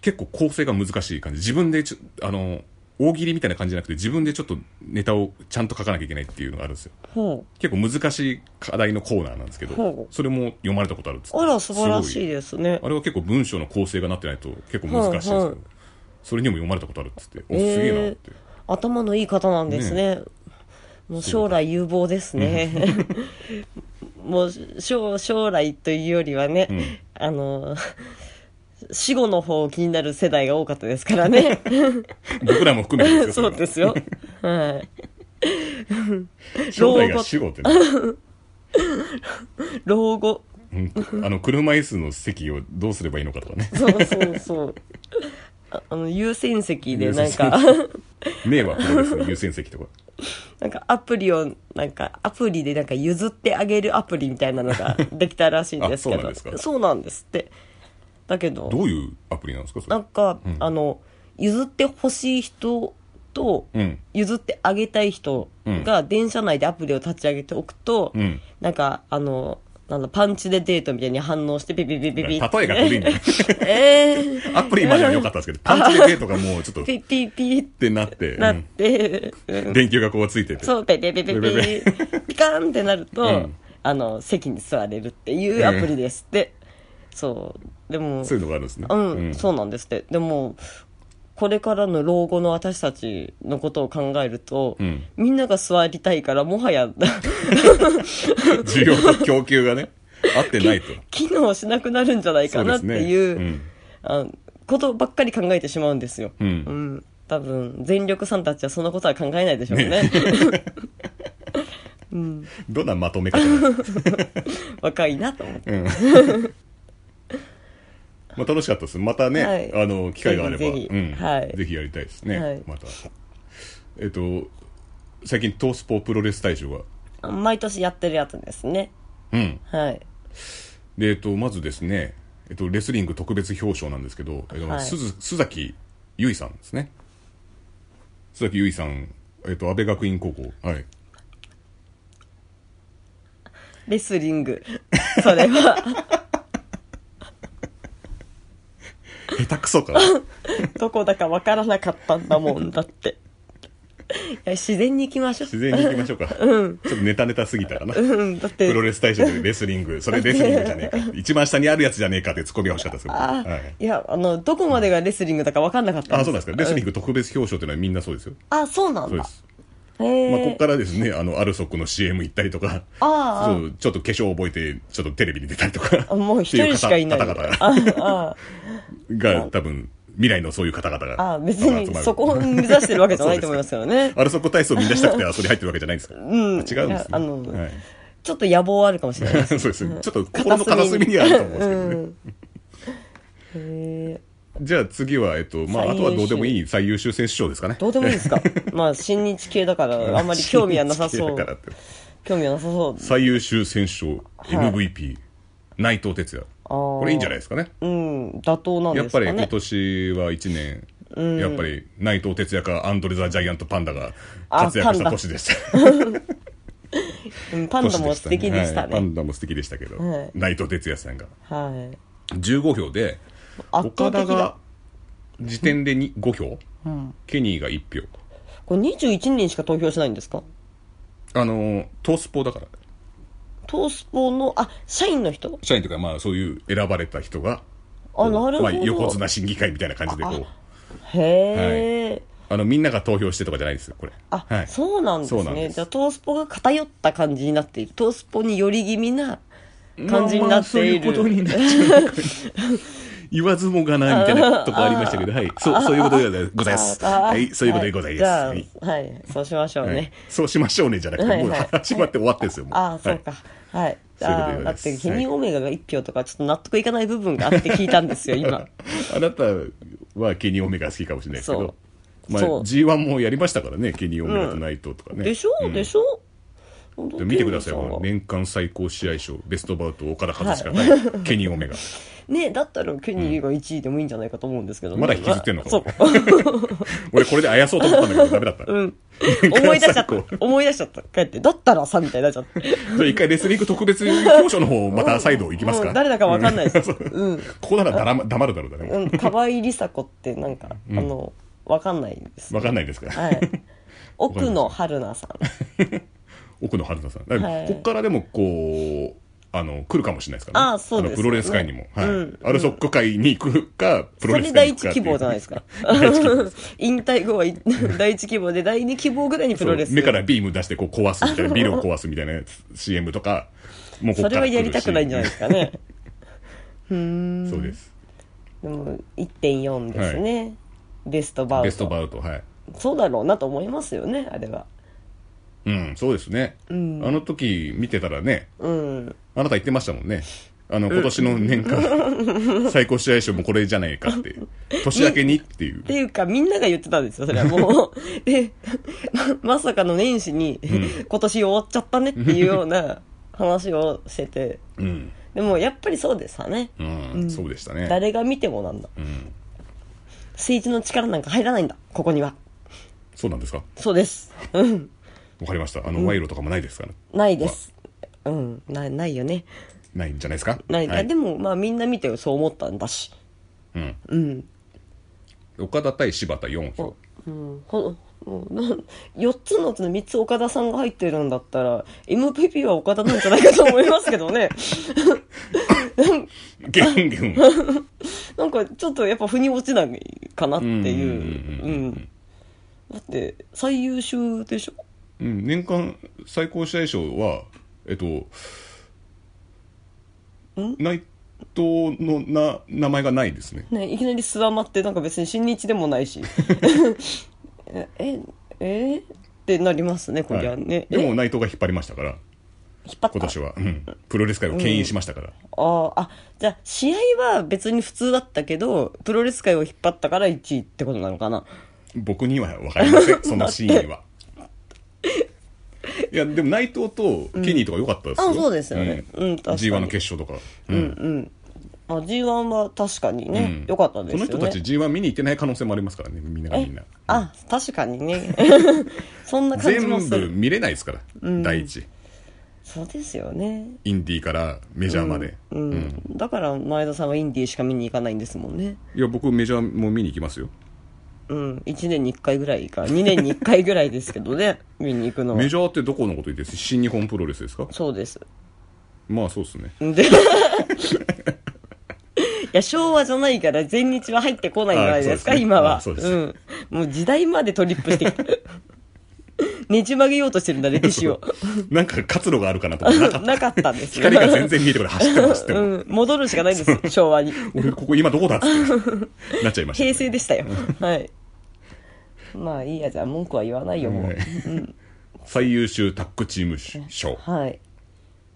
Speaker 1: 結構構成が難しい感じ。自分でちょ、あの、大喜利みたいな感じじゃなくて、自分でちょっとネタをちゃんと書かなきゃいけないっていうのがあるんですよ。
Speaker 2: ほ
Speaker 1: 結構難しい課題のコーナーなんですけ
Speaker 2: ほ
Speaker 1: ど、
Speaker 2: う
Speaker 1: それも読まれたことあるっつって
Speaker 2: う。あら、素晴らしい
Speaker 1: す
Speaker 2: ですね
Speaker 1: ごい。あれは結構文章の構成がなってないと結構難しいんですけど、
Speaker 2: はいはい
Speaker 1: それにも読まれたことあるっつって、お、すげえなって。
Speaker 2: 頭のいい方なんですね。もう将来有望ですね。 [laughs] もう将将来というよりはね、
Speaker 1: ん
Speaker 2: あの、死後の方を気になる世代が多かったですから
Speaker 1: [laughs]
Speaker 2: ね。
Speaker 1: 僕らも含めてです
Speaker 2: [laughs] そ
Speaker 1: よ。
Speaker 2: うですよ。はい。
Speaker 1: 将来が死後ってね。
Speaker 2: 老後。
Speaker 1: うんあの車椅子の席をどうすればいいのかとか
Speaker 2: [laughs]
Speaker 1: ね
Speaker 2: そうそうそう。ああの、優先席でなんか、
Speaker 1: 迷惑ですね優先席と
Speaker 2: [laughs]
Speaker 1: か
Speaker 2: なんかアプリを、なんかアプリでなんか譲ってあげるアプリみたいなのができたらしいんです
Speaker 1: あそう
Speaker 2: け
Speaker 1: なん
Speaker 2: ど。
Speaker 1: ですか
Speaker 2: そうなんですって。だけど、
Speaker 1: どういうアプリなんですかそれ
Speaker 2: なんか、あの、譲ってほしい人と、
Speaker 1: うん
Speaker 2: 譲ってあげたい人が電車内でアプリを立ち上げておくと、
Speaker 1: うん
Speaker 2: なんか、あの、なんだ、パンチでデートみたいに反応してピピピピ
Speaker 1: 例
Speaker 2: ピ
Speaker 1: え
Speaker 2: って
Speaker 1: が古いんだよ
Speaker 2: [laughs] えー
Speaker 1: アプリまでは良かったんです
Speaker 2: [laughs]
Speaker 1: けどパンチでデートがもうちょっとっ
Speaker 2: ピピピって
Speaker 1: なって、
Speaker 2: なって、 [laughs]
Speaker 1: うん電球がこうついてて
Speaker 2: そう、ペペペペ
Speaker 1: ペ
Speaker 2: ペ、ピカーンってなると、
Speaker 1: うん
Speaker 2: あの、席に座れるっていうアプリですって。そう。でも、
Speaker 1: そういうのがあるんですね
Speaker 2: うん、
Speaker 1: うん
Speaker 2: そうなんですって。でも、これからの老後の私たちのことを考えると、
Speaker 1: ん
Speaker 2: みんなが座りたいから、もはや [laughs]
Speaker 1: 需要と供給がね合ってないと
Speaker 2: 機能しなくなるんじゃない
Speaker 1: そ
Speaker 2: か
Speaker 1: うで
Speaker 2: なっ
Speaker 1: す
Speaker 2: て
Speaker 1: ね
Speaker 2: いう
Speaker 1: うん
Speaker 2: あのことばっかり考えてしまうんですよ。
Speaker 1: うん
Speaker 2: うん、多分、全力さんたちはそんなことは考えないでしょうね。
Speaker 1: どんなまとめ方なんですか、
Speaker 2: [laughs] 若いなと思って。
Speaker 1: うんまあ、楽しかったですまたね、
Speaker 2: はい
Speaker 1: あの機会があれば
Speaker 2: ぜひぜひ
Speaker 1: うん
Speaker 2: はい
Speaker 1: ぜひやりたいですね、
Speaker 2: はい
Speaker 1: またえっと最近トースポプロレス大賞が
Speaker 2: 毎年やってるやつですね。
Speaker 1: うん
Speaker 2: はい。
Speaker 1: で、えっと、まずですね、えっと、レスリング特別表彰なんですけど、えっと
Speaker 2: はい
Speaker 1: すず須崎優衣さんですね須崎優衣さん、えっと、安倍学院高校はい
Speaker 2: レスリング。それは、
Speaker 1: 下手くそか
Speaker 2: [laughs] どこだかわからなかったんだもん
Speaker 1: [laughs]
Speaker 2: だって。いや自然に行きましょう
Speaker 1: 自。然にいきましょうか、ちょっとネタネタすぎたかな
Speaker 2: うん、だっ
Speaker 1: プロ
Speaker 2: て、
Speaker 1: レス大賞でレスリン
Speaker 2: [laughs]
Speaker 1: グそれレスリングじゃねえか一番下にあるやつじゃねえかってツッコミが欲しかったですけど
Speaker 2: あ、
Speaker 1: はい、
Speaker 2: いや、あの、どこまでがレスリングだかわかんなかった
Speaker 1: あそうなんですかレスリン
Speaker 2: グ。
Speaker 1: グ特別表彰というのはみんなそうですよ
Speaker 2: あ、そうな
Speaker 1: そ
Speaker 2: ん
Speaker 1: うで
Speaker 2: だ。
Speaker 1: す、
Speaker 2: へ
Speaker 1: まあ、こ
Speaker 2: え
Speaker 1: こからですねあのアルソックの CM 行ったりとか
Speaker 2: ああ
Speaker 1: そうちょっと化粧覚えてちょっとテレビに出たりとか
Speaker 2: あもう一人しかいない。
Speaker 1: っていう方々が
Speaker 2: ああ、
Speaker 1: が多分未来のそういう方々が
Speaker 2: あ別
Speaker 1: 集
Speaker 2: に
Speaker 1: まる
Speaker 2: そこを目指してるわけじゃないと思います
Speaker 1: [laughs]
Speaker 2: けどね。
Speaker 1: アルソコ体操をみんなしたくてあそこに入ってるわけじゃないんですか、
Speaker 2: ん
Speaker 1: あ違うんですね
Speaker 2: あの
Speaker 1: はい [laughs]
Speaker 2: ちょっと野望はあるかもしれないです。
Speaker 1: そうですねちょっと心の片隅にはあると思うんですけどね、
Speaker 2: へえ
Speaker 1: じゃあ次は、えっとまあ、あ
Speaker 2: 最優秀
Speaker 1: とはどうでもいい最優秀選手賞ですかね
Speaker 2: どうでもいいで
Speaker 1: [laughs]
Speaker 2: すかまあ、親日系だから、あんまり興味はなさそ
Speaker 1: だからっ
Speaker 2: う。
Speaker 1: て
Speaker 2: 興味はなさそう。
Speaker 1: 最優秀選手賞
Speaker 2: い
Speaker 1: MVP、内藤哲也
Speaker 2: ー
Speaker 1: これいいんじゃないですかね
Speaker 2: うん、妥当なん
Speaker 1: や
Speaker 2: で
Speaker 1: っ
Speaker 2: すか
Speaker 1: ぱ
Speaker 2: ね。
Speaker 1: り今年は1年、やっぱり内藤哲也かアンドレ・ザ・ジャイアント・パンダが
Speaker 2: あ
Speaker 1: 活躍した
Speaker 2: パンダ
Speaker 1: 年でした
Speaker 2: うん [laughs] パンダも素敵でした
Speaker 1: はいパ
Speaker 2: ね。
Speaker 1: ンダも素敵でしたけど、
Speaker 2: はい
Speaker 1: 内藤哲也さんが
Speaker 2: はい。
Speaker 1: 15票で
Speaker 2: 圧倒
Speaker 1: 岡田
Speaker 2: 的だ
Speaker 1: が。時点でに5票、ケニーが1票
Speaker 2: これ21人しか投票しないんですか
Speaker 1: あのートースポだから
Speaker 2: トースポの、あ、社員の人
Speaker 1: 社員というかまあそういう選ばれた人が
Speaker 2: あ、なるほど。
Speaker 1: まあ、横綱審議会みたいな感じでこう
Speaker 2: へえ。
Speaker 1: あのみんなが投票してとかじゃないですよこれ
Speaker 2: あ、
Speaker 1: はい、
Speaker 2: そうなんです
Speaker 1: そうなん
Speaker 2: ね。
Speaker 1: です
Speaker 2: じゃあ、トースポが偏った感じになっている。トースポにより気味な感じにな
Speaker 1: まあまあ
Speaker 2: っている。
Speaker 1: そういうことになっちゃうのか言わずもがなみたいなとこありましたけどはいそうそういうことでございます
Speaker 2: ああ
Speaker 1: はいそういうことでございます、
Speaker 2: は
Speaker 1: はい
Speaker 2: じゃあ、はい、そうしましょうね。
Speaker 1: はいそうしましょうねじゃなく
Speaker 2: は
Speaker 1: て、
Speaker 2: い
Speaker 1: もう
Speaker 2: はい
Speaker 1: 始まって終わってるんですよ、も
Speaker 2: ああ、そう
Speaker 1: はい
Speaker 2: か。はい。
Speaker 1: そういうことで
Speaker 2: ああ
Speaker 1: ござい
Speaker 2: だ
Speaker 1: ま
Speaker 2: っ
Speaker 1: す
Speaker 2: て、ケニー・オメガが1票とか、ちょっと納得いかない部分があって聞いたんです
Speaker 1: [laughs]
Speaker 2: よ、今。
Speaker 1: あなたはケニー・オメガ好きかもしれないですけど、
Speaker 2: そう
Speaker 1: まあ、
Speaker 2: そう
Speaker 1: G1 もやりましたからね、ケニー・オメガとナイトとかね。
Speaker 2: でしょ、
Speaker 1: うん
Speaker 2: でしょ
Speaker 1: で見てください、この
Speaker 2: ね。
Speaker 1: 年間最高試合賞、ベストバウト、岡田和志がない、ケニー・オメガ。
Speaker 2: ね、だったらケニーが1位でもいいんじゃないかと思うんですけどね。
Speaker 1: まだ引きずってんのか
Speaker 2: そう。
Speaker 1: 俺これであやそうと思ったんだけど、ダメだった。 [laughs]
Speaker 2: うん。思い出しちゃ
Speaker 1: 最
Speaker 2: っ
Speaker 1: 高
Speaker 2: た。思い出しちゃった。帰って、だったらさ、みたいになっちゃった。
Speaker 1: じゃあ [laughs] 一回レスリング特別表彰の方、また再度行きます
Speaker 2: う
Speaker 1: か。
Speaker 2: ん誰だかわかんないで
Speaker 1: [laughs]
Speaker 2: す。
Speaker 1: そう
Speaker 2: うん。
Speaker 1: ここならだらま黙るだろうだ
Speaker 2: う
Speaker 1: ね。
Speaker 2: ん、河合梨沙子ってなんか、あの、わかんないです。
Speaker 1: わかんないですから。 [laughs]
Speaker 2: はい。奥野春菜さん。
Speaker 1: 奥野春菜さん。だから
Speaker 2: はい
Speaker 1: ここからでも、こう、あの、来るかもしれないですから
Speaker 2: あそうです
Speaker 1: のプロレス界にも。はい
Speaker 2: うん。
Speaker 1: アルソック界に行くか、プ
Speaker 2: そ
Speaker 1: ロレ
Speaker 2: れ
Speaker 1: ス界
Speaker 2: 第
Speaker 1: に行く
Speaker 2: 一
Speaker 1: かって
Speaker 2: 希
Speaker 1: う。
Speaker 2: 望じゃないです
Speaker 1: [laughs]
Speaker 2: か
Speaker 1: 第
Speaker 2: [laughs]
Speaker 1: 一希望。。
Speaker 2: 引退後は [laughs] 第一希望で、第二希望ぐらいにプ
Speaker 1: そ
Speaker 2: ロ
Speaker 1: う
Speaker 2: レス。
Speaker 1: 目からビーム出してこう壊すみたいな、ビルを壊すみたいなやつ CM とか、もうこ
Speaker 2: そ
Speaker 1: っ
Speaker 2: れ
Speaker 1: から
Speaker 2: は
Speaker 1: 来るし
Speaker 2: やりたくないんじゃないですかね。うーん。
Speaker 1: そうです。
Speaker 2: でも、1.4ですね。ベストバウト。
Speaker 1: ベストバウト、はい。
Speaker 2: そうだろうなと思いますよね、あれは。
Speaker 1: うん、そうですね。あ
Speaker 2: ん
Speaker 1: の時見てたらね、
Speaker 2: うん。
Speaker 1: あなた言ってましたもんね。あの、今年の年
Speaker 2: [laughs]
Speaker 1: 間、最高試合賞もこれじゃないかって。年明けにっていう
Speaker 2: っ。ていうか、みんなが言ってたんですよ、それは
Speaker 1: [laughs]
Speaker 2: もう。え、ままさかの年始に、今年終わっちゃったねっていうような話をしてて。
Speaker 1: うん。
Speaker 2: でも、やっぱりそうでしたね。
Speaker 1: うん、そうでしたね。
Speaker 2: 誰が見てもなんだ。
Speaker 1: うん。
Speaker 2: 政治の力なんか入らないんだ、ここには。
Speaker 1: そうなんですか
Speaker 2: そうです。うん。
Speaker 1: わかりました。あの、賄賂とかもないですから。
Speaker 2: ないです。うん。ない、ないよね。
Speaker 1: ないんじゃないですか
Speaker 2: ない、
Speaker 1: はい
Speaker 2: でも、まあ、みんな見てそう思ったんだし。
Speaker 1: うん。
Speaker 2: うん。
Speaker 1: 岡田対柴田4票。
Speaker 2: うん、ほもうなん4つのうちの3つ岡田さんが入ってるんだったら MVP は岡田なんじゃないかと思いますけど [laughs] ね
Speaker 1: ゲンゲ
Speaker 2: [laughs]
Speaker 1: ン。
Speaker 2: なんかちょっとやっぱ腑に落ちないかなってい
Speaker 1: う
Speaker 2: ううん
Speaker 1: うんうんうんうん
Speaker 2: んだって最優秀でしょ
Speaker 1: うん、年間最高試合賞は、えっと、内藤のな名前がないですね。
Speaker 2: ねいきなり諏訪間ってなんか別に新日でもないし [laughs] えええってなりますねこりゃね、
Speaker 1: はいで
Speaker 2: え
Speaker 1: も内藤が引っ張りましたから、
Speaker 2: 引っ張った
Speaker 1: 今年は。うん。プロレス界を牽引しましたから。
Speaker 2: あああじゃあ試合は別に普通だったけどプロレス界を引っ張ったから1位ってことなのかな
Speaker 1: 僕には分かりま
Speaker 2: [laughs]
Speaker 1: せんそのシーンはいやでも内藤とケニーとか良かったですよ、
Speaker 2: あそうですよねうん確かに
Speaker 1: g 1の決勝とか、うん
Speaker 2: まあ、G1 は確かに
Speaker 1: う
Speaker 2: ね
Speaker 1: ん、
Speaker 2: 良、かったです
Speaker 1: その
Speaker 2: よね。
Speaker 1: 人たち g 1見に行ってない可能性もありますからねみんながみんな
Speaker 2: あ、確か
Speaker 1: [laughs]
Speaker 2: にね。そんな感じも
Speaker 1: 全
Speaker 2: す
Speaker 1: 部
Speaker 2: る。
Speaker 1: 見れないですから、第一
Speaker 2: そうですよね。
Speaker 1: インディーからメジャーまで、
Speaker 2: うん。だから、前田さんはインディーしか見に行かないんですもんね。
Speaker 1: いや僕メジャーも見に行きますよ
Speaker 2: うん。1年に1回ぐらいか、2年に1回ぐらいですけど
Speaker 1: [laughs]
Speaker 2: ね、見に行くのは
Speaker 1: メ。ジャーってどこのこと言ってるんです新日本プロレスですか
Speaker 2: そうです。
Speaker 1: まあそうですね
Speaker 2: で、い [laughs] や、昭和じゃないから、全日は入ってこないじゃないです
Speaker 1: あ
Speaker 2: か、
Speaker 1: そうですね
Speaker 2: 今
Speaker 1: あ
Speaker 2: は。
Speaker 1: そうです
Speaker 2: ん。もう時代までトリップして
Speaker 1: [laughs]
Speaker 2: きて。ねじ曲げようとしてるんだ、歴史を。
Speaker 1: [laughs] なんか活路があるかなと思ってなかった
Speaker 2: なかったんですよ
Speaker 1: 光が全然見えてこない走っても走っても、
Speaker 2: うん、戻るしかないんですよ、昭和に。
Speaker 1: 俺ここ今どこだっつって
Speaker 2: [laughs]
Speaker 1: なっちゃいました
Speaker 2: 平成でしたよ。はい。まあいいや、じゃあ文句は言わないよ、もう。
Speaker 1: 最優秀タッグチーム賞
Speaker 2: はい。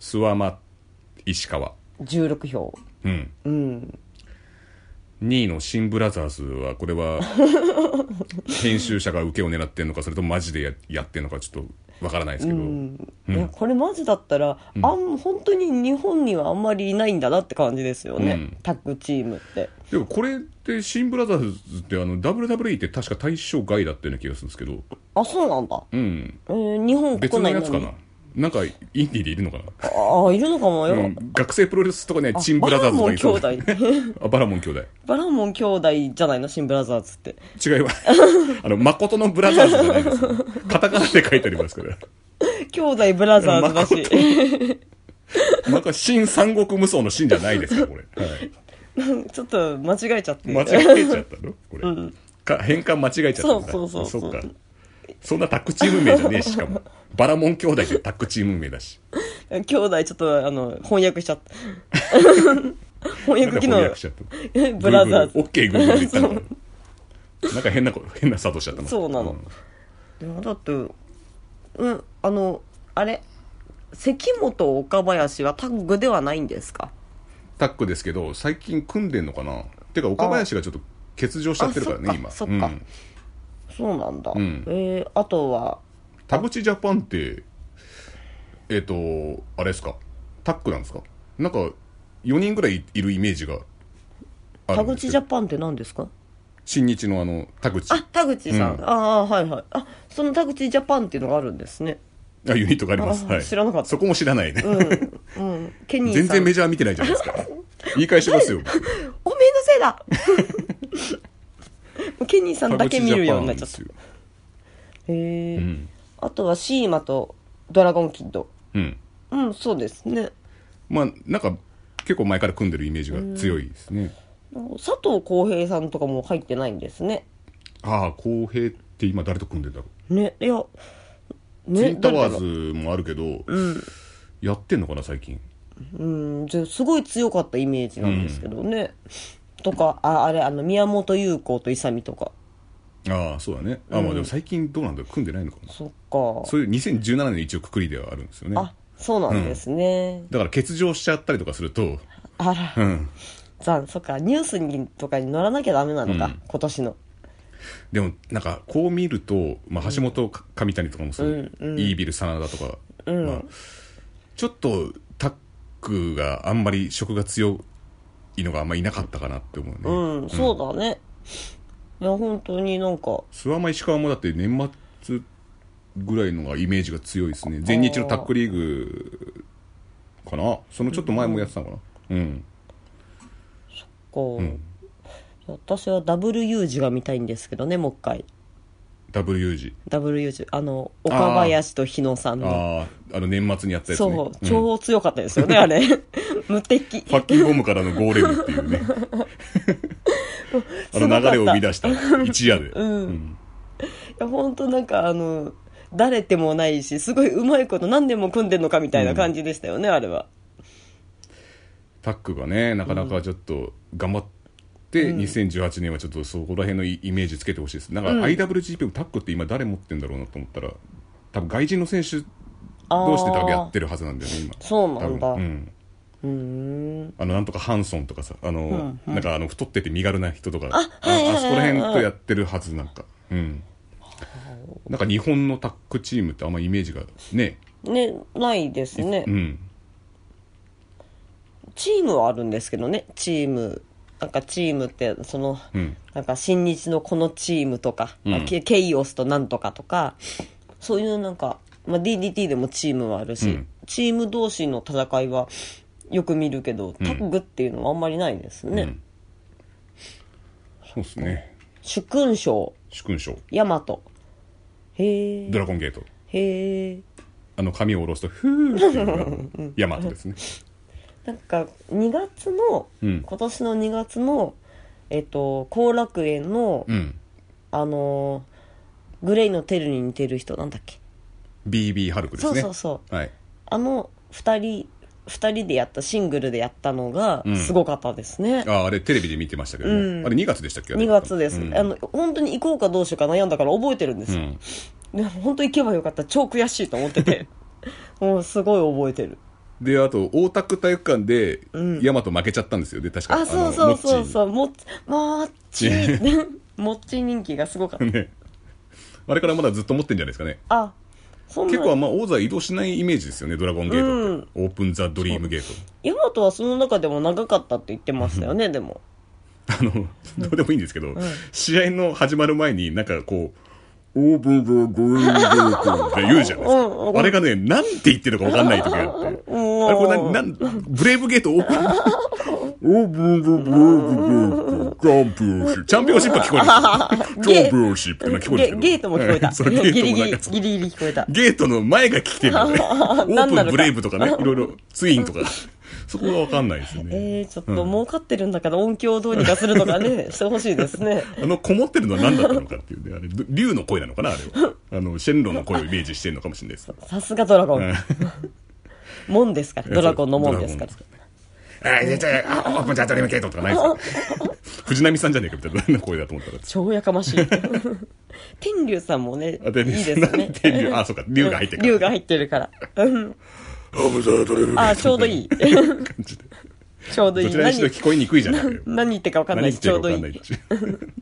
Speaker 1: 諏訪間石川
Speaker 2: 16票。
Speaker 1: うん、2位の新ブラザーズはこれ
Speaker 2: [laughs]
Speaker 1: は編集者が受けを狙ってんのかそれともマジでややってんのかちょっとわからないですけど、
Speaker 2: いや、これマジだったら、あん、本当に日本にはあんまりいないんだなって感じですよね。
Speaker 1: うん
Speaker 2: タッグチームって。
Speaker 1: でもこれって新ブラザーズってあの WWE って確か対象外だったような気がするんですけど、
Speaker 2: あ、そうなんだ。
Speaker 1: うん、
Speaker 2: えー日本
Speaker 1: 別
Speaker 2: 国
Speaker 1: の
Speaker 2: 内
Speaker 1: やつかななんかインディーでいるのかな、
Speaker 2: ああ、いるのかもよ。
Speaker 1: うん学生プロレスとかねチンブラザーズとかいそう
Speaker 2: バラモン兄
Speaker 1: [laughs] あバラモン兄弟
Speaker 2: バラモン兄弟じゃないの、新ブラザーズって。
Speaker 1: 違います。 [laughs] あの、誠のブラザーズじゃないです
Speaker 2: [laughs]
Speaker 1: よ。カタカナで書いてありますから。
Speaker 2: 兄弟ブラザーズだし。
Speaker 1: なんか、新三国無双の新じゃないですよ、これ。はい、
Speaker 2: ちょっと間違えちゃって。
Speaker 1: 間違えちゃったのこれ。か変換間違えちゃったんだ
Speaker 2: そうそうそう
Speaker 1: そっか。そんなタッグチーム名じゃねえし、しかも。バラモン兄弟ってタッグチーム名だし。
Speaker 2: 兄弟ちょっとあの翻訳しちゃった
Speaker 1: [laughs] なんで
Speaker 2: 翻訳機能
Speaker 1: 翻訳しちゃったの
Speaker 2: [laughs] ブラザ
Speaker 1: Google
Speaker 2: ーズ
Speaker 1: OK、グーグル言ったの
Speaker 2: [laughs]
Speaker 1: かな。なんか変なこ、変な作動しちゃったの。
Speaker 2: そうなの
Speaker 1: ん
Speaker 2: でもだってうんあのあれ関本岡林はタッグではないんですか
Speaker 1: タッグですけど、最近組んでんのかなてか、岡林がちょっと欠場しちゃってるからね、
Speaker 2: あ
Speaker 1: 今。
Speaker 2: そっかそっか
Speaker 1: うん
Speaker 2: そうなんだ、
Speaker 1: ん
Speaker 2: えーあとは
Speaker 1: 田淵ジャパンってえっ、とあれですかタックなんですかなんか4人ぐらいいるイメージがある
Speaker 2: 田
Speaker 1: んです
Speaker 2: 口
Speaker 1: け
Speaker 2: ジ
Speaker 1: ど
Speaker 2: ャパンって何ですか
Speaker 1: 新日のあの、田口。
Speaker 2: あ、田口さん。
Speaker 1: うん
Speaker 2: ああ、はいはい。あ、その田口ジャパンっていうのがあるんですね。
Speaker 1: あユニットがあります。
Speaker 2: あ
Speaker 1: はい。
Speaker 2: 知らなかった
Speaker 1: そこも知らないね。 [laughs]
Speaker 2: うん。うん。ケニーさん。
Speaker 1: 全然メ
Speaker 2: ジ
Speaker 1: ジャー見てないじゃないですか。言い返してます
Speaker 2: [laughs]
Speaker 1: よ。
Speaker 2: おめえのせい
Speaker 1: [laughs]
Speaker 2: だもうケニーさんだけ見るようになっちゃった。
Speaker 1: 田口ジャパンですよ
Speaker 2: へえ、
Speaker 1: うん。
Speaker 2: あとはシーマとドラゴンキッド。
Speaker 1: うん。
Speaker 2: うん、そうですね。
Speaker 1: まあ、なんか、結構前から組んでるイメージが強いですね。
Speaker 2: 佐藤浩平さんとかも入ってないんですね。
Speaker 1: ああ、公平って今誰と組んでんだろう。
Speaker 2: ね、いや、
Speaker 1: ツイ
Speaker 2: ね、
Speaker 1: ンタワ
Speaker 2: 誰だろ
Speaker 1: ーズもあるけど、やってんのかな、最近。
Speaker 2: ううん、じゃあすごい強かったイメージなんですけどね。とか、あ、あれ、あの、宮本優子と勇とか。
Speaker 1: ああ、そうだね。ああ、まあでも最近どうなんだろう組んでないのかな。
Speaker 2: そっか。
Speaker 1: そういう2017年の一応くくりではあるんですよね。
Speaker 2: あ、そうなんですね。
Speaker 1: だから欠場しちゃったりとかすると、
Speaker 2: あら、
Speaker 1: うん。
Speaker 2: ざん、そっか、ニュースにとかに乗らなきゃダメなのか、
Speaker 1: うん
Speaker 2: 今年の。
Speaker 1: でも、なんか、こう見ると、まあ、橋本か上谷とかもそう、イービル真田とか、まあ、ちょっとタックがあんまり食が強いのがあんまりいなかったかなって思うね。
Speaker 2: うん、そうだね。いや、本当になんか、
Speaker 1: 諏訪間石川もだって年末ぐらいのがイメージが強いですね全日のタックリーグかなそのちょっと前もやってたのかなうん、
Speaker 2: こう、
Speaker 1: ん
Speaker 2: 私は W 字が見たいんですけどね、もう一回。
Speaker 1: W 字
Speaker 2: W 字、あの、岡林と日野さんの。
Speaker 1: あああの年末にやったやつね
Speaker 2: そう、
Speaker 1: ん
Speaker 2: 超強かったですよね、あれ。 [laughs] 無敵。
Speaker 1: ファッキンボムからのゴーレムって
Speaker 2: [laughs]
Speaker 1: いうねあ
Speaker 2: すごか
Speaker 1: の
Speaker 2: っ
Speaker 1: 流
Speaker 2: た
Speaker 1: れを生み出した一夜で、うん
Speaker 2: いや本当なんかあの誰でもないしすごいうまいこと何でも組んでんのかみたいな感じでしたよね、あれは
Speaker 1: タックがねなかなかちょっと頑張って、2018年はちょっとそこら辺のイイメージつけてほしいですなんか IWGP もタックって今誰持ってんだろうなと思ったら多分外人の選手
Speaker 2: あー
Speaker 1: 同士で多分やってるはずなんだよね今
Speaker 2: そうなんだ
Speaker 1: 多分
Speaker 2: うーん
Speaker 1: うん、あのなんとかハンソンとかさあの、
Speaker 2: ん
Speaker 1: なんかあの太ってて身軽な人とかあ,、
Speaker 2: はいはいはいはい
Speaker 1: あそこら辺とやってるはずなんかうんなんか日本のタッグチームってあんまイメージがね
Speaker 2: ねないですね
Speaker 1: うん
Speaker 2: チームはあるんですけどねチームなんかチームってその、
Speaker 1: うん
Speaker 2: なんか新日のこのチームとか、
Speaker 1: うん
Speaker 2: まあケケイオスとなんとかとかそういうなんか、まあ、DDT でもチームはあるし、
Speaker 1: うん
Speaker 2: チーム同士の戦いはよく見るけどタッグっていうのはあんまりないですね、
Speaker 1: うんそうですね
Speaker 2: 主君賞
Speaker 1: 殊勲賞
Speaker 2: ヤマト。へえ。
Speaker 1: ドラゴンゲート
Speaker 2: へえ。
Speaker 1: あの髪を下ろすとフーっていうのがヤマトですね
Speaker 2: なんか、2月の、
Speaker 1: うん
Speaker 2: 今年の2月の、えっと、後楽園の、
Speaker 1: うん
Speaker 2: あのーグレイのテルに似てる人、なんだっけ。
Speaker 1: BB ハルクですね
Speaker 2: そうそう
Speaker 1: はい
Speaker 2: あの、二人、二人でやった、シングルでやったのが
Speaker 1: ん、
Speaker 2: すごかったですね。
Speaker 1: あーあれテレビで見てましたけどね、
Speaker 2: うん
Speaker 1: あれ2月でしたっけ
Speaker 2: 2月です、
Speaker 1: うん
Speaker 2: あの、本当に行こうかどうしようか悩んだから覚えてるんです
Speaker 1: う
Speaker 2: よ。
Speaker 1: ん
Speaker 2: でも本当行けばよかった。超悔しいと思って
Speaker 1: [laughs]
Speaker 2: て。もうすごい覚えてる。
Speaker 1: であと大田区体育館で大和負けちゃったんですよね確か
Speaker 2: あ、そうそうそう
Speaker 1: う
Speaker 2: そう、もっち、もっち、
Speaker 1: [laughs]
Speaker 2: もっち人気がすごかった。
Speaker 1: ねあれからまだずっと持ってんじゃないですかね
Speaker 2: あ、そん
Speaker 1: 結
Speaker 2: な
Speaker 1: 構あんま王座移動しないイメージですよねドラゴンゲートって、オープン・ザ・ドリームゲート
Speaker 2: ヤマトはその中でも長かったって言ってましたよね、でも。
Speaker 1: あのどうでもいいんですけど、試合の始まる前になんかこうオープン・ザ・ドリームゲートって言うじゃないですか、
Speaker 2: うんうん
Speaker 1: あれがねなんて言ってるか分かんない時があって
Speaker 2: うん
Speaker 1: あれこれななんブレイブゲートオープンオープンザブレイブゲートチャンピオンシップチャンピオンシップは聞こえないチャンピオンシップってのは聞こ
Speaker 2: [laughs]
Speaker 1: える
Speaker 2: ゲ
Speaker 1: ん
Speaker 2: ゲ
Speaker 1: です
Speaker 2: ー
Speaker 1: け
Speaker 2: ト
Speaker 1: ど
Speaker 2: も聞
Speaker 1: はい [laughs]
Speaker 2: こえた。
Speaker 1: そうゲ
Speaker 2: ギ
Speaker 1: ー
Speaker 2: リ
Speaker 1: トも
Speaker 2: ギ
Speaker 1: なん
Speaker 2: リ
Speaker 1: か、そう
Speaker 2: ギリギリ聞こえた。
Speaker 1: ゲートの前が来てるのねオ [laughs]
Speaker 2: 何な
Speaker 1: ー
Speaker 2: の
Speaker 1: プ
Speaker 2: か
Speaker 1: ンブレイブとかねいろいろツインと
Speaker 2: [laughs]
Speaker 1: かそこが分かんないですよね
Speaker 2: えー、ちょっと儲かってるんだから音響をどうにかするとかね、してほしいですね。
Speaker 1: あのこもってるのは何だったのかっていうねあれど竜の声なのかなあれはあのシェンロンの声をイメージしてるのかもしれないです
Speaker 2: さすがドラゴン。門ですから、 [laughs] ドラゴンの門
Speaker 1: ドラ
Speaker 2: で
Speaker 1: ゴ
Speaker 2: す
Speaker 1: ン
Speaker 2: から
Speaker 1: です。あー、絶対、あオープンチャートリムゲートとかないです
Speaker 2: [laughs]
Speaker 1: か藤波さんじゃねえかみたいな変な声だと思ったら。
Speaker 2: 超やかましい。天竜さんもね、いい
Speaker 1: あ
Speaker 2: ですよ
Speaker 1: なん
Speaker 2: ね。
Speaker 1: て竜あ、そうか、竜が入ってるから。
Speaker 2: 竜が入ってるから。うん
Speaker 1: オープンチャートリムゲート。
Speaker 2: あ、ちょうどいい。
Speaker 1: 感じで。
Speaker 2: ちょうどい
Speaker 1: ど
Speaker 2: い。
Speaker 1: ちらにしろ
Speaker 2: 何
Speaker 1: 聞こえにくいじゃないかよ。
Speaker 2: 何言ってか分かんな
Speaker 1: 何
Speaker 2: い
Speaker 1: 言っ
Speaker 2: ち
Speaker 1: て
Speaker 2: ょ
Speaker 1: る
Speaker 2: う
Speaker 1: か
Speaker 2: ど
Speaker 1: 分
Speaker 2: い
Speaker 1: かんない
Speaker 2: い
Speaker 1: っていう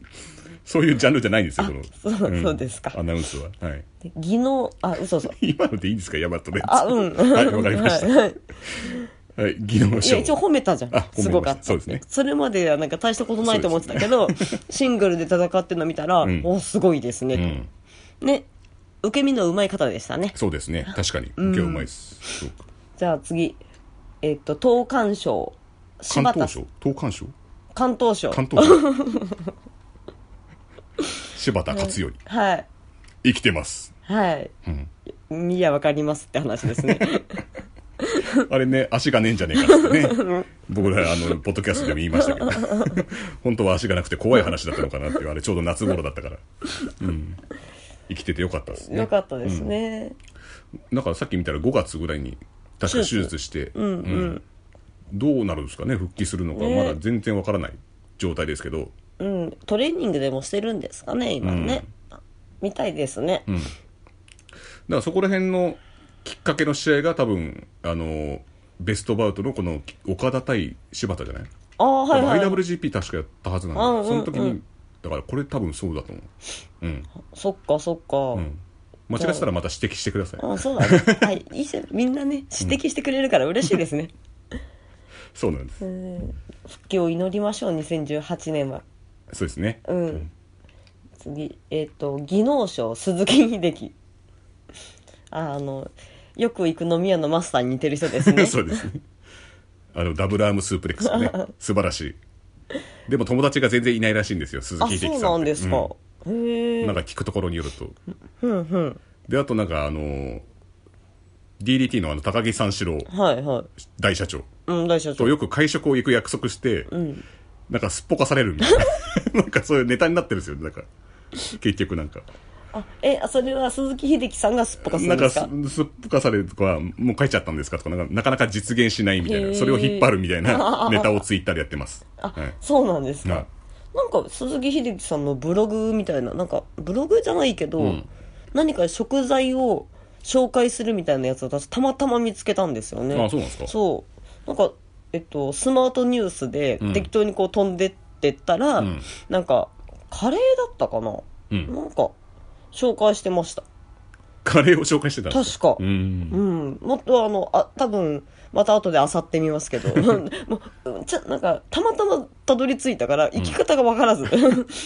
Speaker 1: [laughs] そういうジャンルじゃないんですよ、この。
Speaker 2: そうんそうですか
Speaker 1: アナウンスは。はい。 [laughs]
Speaker 2: 技能あ嘘そう
Speaker 1: 今のでいいんですか、ヤマトレンズ。
Speaker 2: あうん
Speaker 1: はい、わかりました。
Speaker 2: はい
Speaker 1: はい、技能
Speaker 2: い
Speaker 1: 賞
Speaker 2: や、一応褒めたじゃん
Speaker 1: あ。
Speaker 2: すごかった。
Speaker 1: 褒めましたそうですね
Speaker 2: それまではなんか大したことないと思ってたけど、シングルで戦ってるの見たら、
Speaker 1: ん
Speaker 2: お、すごいです
Speaker 1: う
Speaker 2: ね、
Speaker 1: ん、
Speaker 2: とね、受け身の上手い方でしたね。
Speaker 1: そうですね確かに今日うまいですそう
Speaker 2: じゃあ次。えっと、東関賞。
Speaker 1: 関
Speaker 2: 柴田
Speaker 1: 東賞東関賞
Speaker 2: 関東賞。
Speaker 1: 関東賞
Speaker 2: [laughs]
Speaker 1: 柴田勝頼
Speaker 2: はい。
Speaker 1: 生きてます
Speaker 2: はい。見りゃわかりますって話です [laughs] ね。
Speaker 1: あれね足がねえんじゃねえかって [laughs] ね僕らあのポッドキャストでも言いましたけど [laughs] 本当は足がなくて怖い話だったのかなっていうあれちょうど夏頃だったから、うん、生きててよかったですね
Speaker 2: よかったですね。
Speaker 1: だからさっき見たら5月ぐらいに確か手術して、うんどうなるんですかね復帰するのか、
Speaker 2: ね
Speaker 1: まだ全然わからない状態ですけど、
Speaker 2: うん。トレーニングでもしてるんですかね、今ね。みたいですね。
Speaker 1: だからそこら辺のきっかけの試合が多分あのベストバウトのこの岡田対柴田じゃない、
Speaker 2: ああ、はいはい。
Speaker 1: 多分 IWGP 確かやったはずなんで、
Speaker 2: うんうんうん
Speaker 1: その時にだからこれ多分そうだと思う、うん
Speaker 2: そっかそっか。
Speaker 1: うん、間違ってたらまた指摘してください
Speaker 2: あそう [laughs] だね。はい。いいせみんなね、指摘してくれるから嬉しいですね。
Speaker 1: そうなんです、
Speaker 2: 復帰を祈りましょう、2018年は。
Speaker 1: そうですね
Speaker 2: うん。次、えっ、と、技能賞、鈴木秀樹。ああの、よく行く飲み屋のマスターに似てる人です
Speaker 1: [laughs]
Speaker 2: ね。
Speaker 1: そうですねあのダブルアームスープレックス
Speaker 2: [laughs]
Speaker 1: ね素晴らしいでも友達が全然いないらしいんですよ鈴
Speaker 2: あ、
Speaker 1: 木秀
Speaker 2: そ
Speaker 1: 樹さ
Speaker 2: う
Speaker 1: ん
Speaker 2: な
Speaker 1: って
Speaker 2: んですか。へ
Speaker 1: うん
Speaker 2: え。
Speaker 1: なんか聞くところによるとであとなんかあのー DDT のあの高木三四郎
Speaker 2: はいはい。
Speaker 1: 大社長
Speaker 2: うん、大社長
Speaker 1: と。よく会食を行く約束して、なんかすっぽかされるみたいな [laughs] なんかそういうネタになってるんですよねなんか結局なんか
Speaker 2: あ、え、それは鈴木秀樹さんがすっぽかする
Speaker 1: なん
Speaker 2: んで
Speaker 1: か
Speaker 2: すか
Speaker 1: すすっぽかされるとかもう書いちゃったんですかとかなんかなかなか実現しないみたい
Speaker 2: へ
Speaker 1: な
Speaker 2: ー
Speaker 1: それを引っ張るみたい [laughs] なネタをツイッターでやってます
Speaker 2: あ、
Speaker 1: はい
Speaker 2: そうなんですか。
Speaker 1: はい
Speaker 2: なんか鈴木秀樹さんのブログみたいな、なんかブログじゃないけど、何か食材を紹介するみたいなやつを私たまたま見つけたんですよね。
Speaker 1: あそうなんですか
Speaker 2: そう。なんか、えっと、スマートニュースで
Speaker 1: ん
Speaker 2: 適当にこう飛んでってったら、
Speaker 1: ん
Speaker 2: なんか、カレーだったかな、
Speaker 1: うん
Speaker 2: なんか、紹介してました。
Speaker 1: カレーを紹介してたんです
Speaker 2: 確か。
Speaker 1: うん
Speaker 2: うん、もっとあの、あ、多分、また後で漁ってみます
Speaker 1: [laughs]
Speaker 2: けど、もう、ちゃ、なんか、たまたまたどり着いたから、生き方がわからず。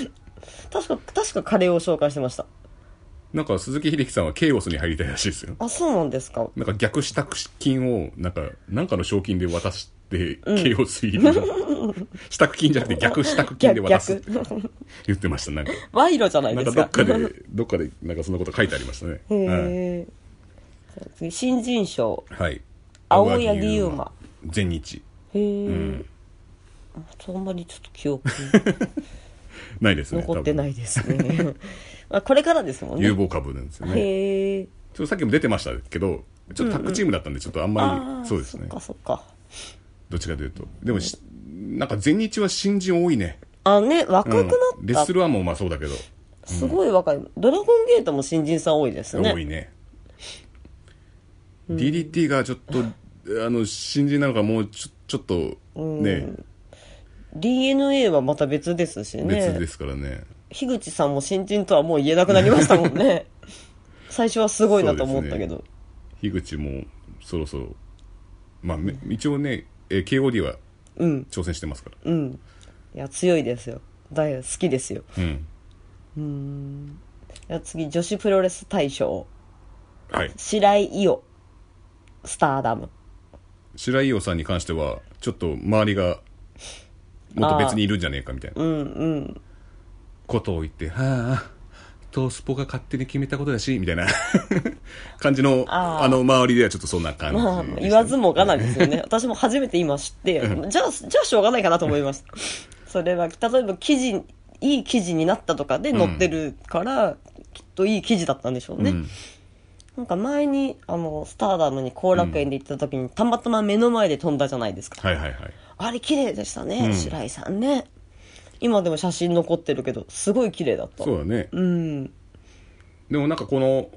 Speaker 2: [laughs] 確か、確かカレーを紹介してました。
Speaker 1: なんか鈴木秀樹さんはケイオスに入りたいらしいですよ
Speaker 2: あ、そうなんですか。
Speaker 1: なんか逆支度金をなんかなんかの賞金で渡してケイオス入り、 [laughs] 支度金じゃなくて逆支度金で渡すって言ってましたなんか
Speaker 2: 賄賂じゃない
Speaker 1: な
Speaker 2: で
Speaker 1: んかど
Speaker 2: すか。
Speaker 1: っかでどっかでなんかそんなこと書いてありましたね
Speaker 2: へ
Speaker 1: はい
Speaker 2: え。じゃあ次、新人賞。
Speaker 1: はい
Speaker 2: 青柳優馬
Speaker 1: 全日
Speaker 2: へえ。あんまりちょっと記憶
Speaker 1: ないですね
Speaker 2: 残ってない
Speaker 1: [laughs]
Speaker 2: いですね。 [laughs] まあこれからですもん
Speaker 1: 有
Speaker 2: ね。
Speaker 1: 望株なんですよね
Speaker 2: へえ。
Speaker 1: ちょっとさっきも出てましたけどちょっとタッグチームだったんでちょっとあんま
Speaker 2: ああ、
Speaker 1: りそうですね
Speaker 2: そっかそっか。
Speaker 1: どっちかというとでもしなんか全日は新人多いね
Speaker 2: あ、ね、若くなっ
Speaker 1: うん、レ
Speaker 2: た
Speaker 1: ッスルはもうまあそうだけど、
Speaker 2: すごい若い。ドラゴンゲートも新人さん多いですね。
Speaker 1: 多いね DDT がちょっとあの新人なのかもうちょちょっとね、
Speaker 2: DNA はまた別ですし
Speaker 1: 別で
Speaker 2: ね。
Speaker 1: すからね
Speaker 2: 樋口さんも新人とはもう言えなくなりましたもん
Speaker 1: [laughs]
Speaker 2: ね。最初はすごいなと思ったけど。
Speaker 1: 樋口もそろそろまあめ一応ねえー KOD は
Speaker 2: うん、
Speaker 1: 挑戦してますから
Speaker 2: うん。いや、強いですよ。大好きですよ。
Speaker 1: うん
Speaker 2: いや次、女子プロレス大賞。
Speaker 1: はい
Speaker 2: 白井伊代。スターダム。
Speaker 1: 白井洋さんに関してはちょっと周りがもっと別にいるんじゃねえかみたいなことを言って「はあトースポが勝手に決めたことだし」みたいな [laughs] 感じの
Speaker 2: あ
Speaker 1: あ
Speaker 2: ー
Speaker 1: の周りではちょっとそんな感じで
Speaker 2: まあ、
Speaker 1: したね
Speaker 2: 言わずもがなですよね。私も初めて今知って、じゃあ、じゃあしょうがないかなと思いました。それは、例えば記事、いい記事になったとかで載ってるから、きっといい記事だったんでしょうね。
Speaker 1: うん
Speaker 2: なんか前に、あの、スターダムに後楽園で行った時に、たまたま目の前で飛んだじゃないですか。
Speaker 1: はいはいはい
Speaker 2: あれ綺麗でした
Speaker 1: う
Speaker 2: ね、
Speaker 1: ん
Speaker 2: 白井さんね。今でも写真残ってるけど、すごい綺麗だった。
Speaker 1: そうだね
Speaker 2: うん。
Speaker 1: でもなんかこの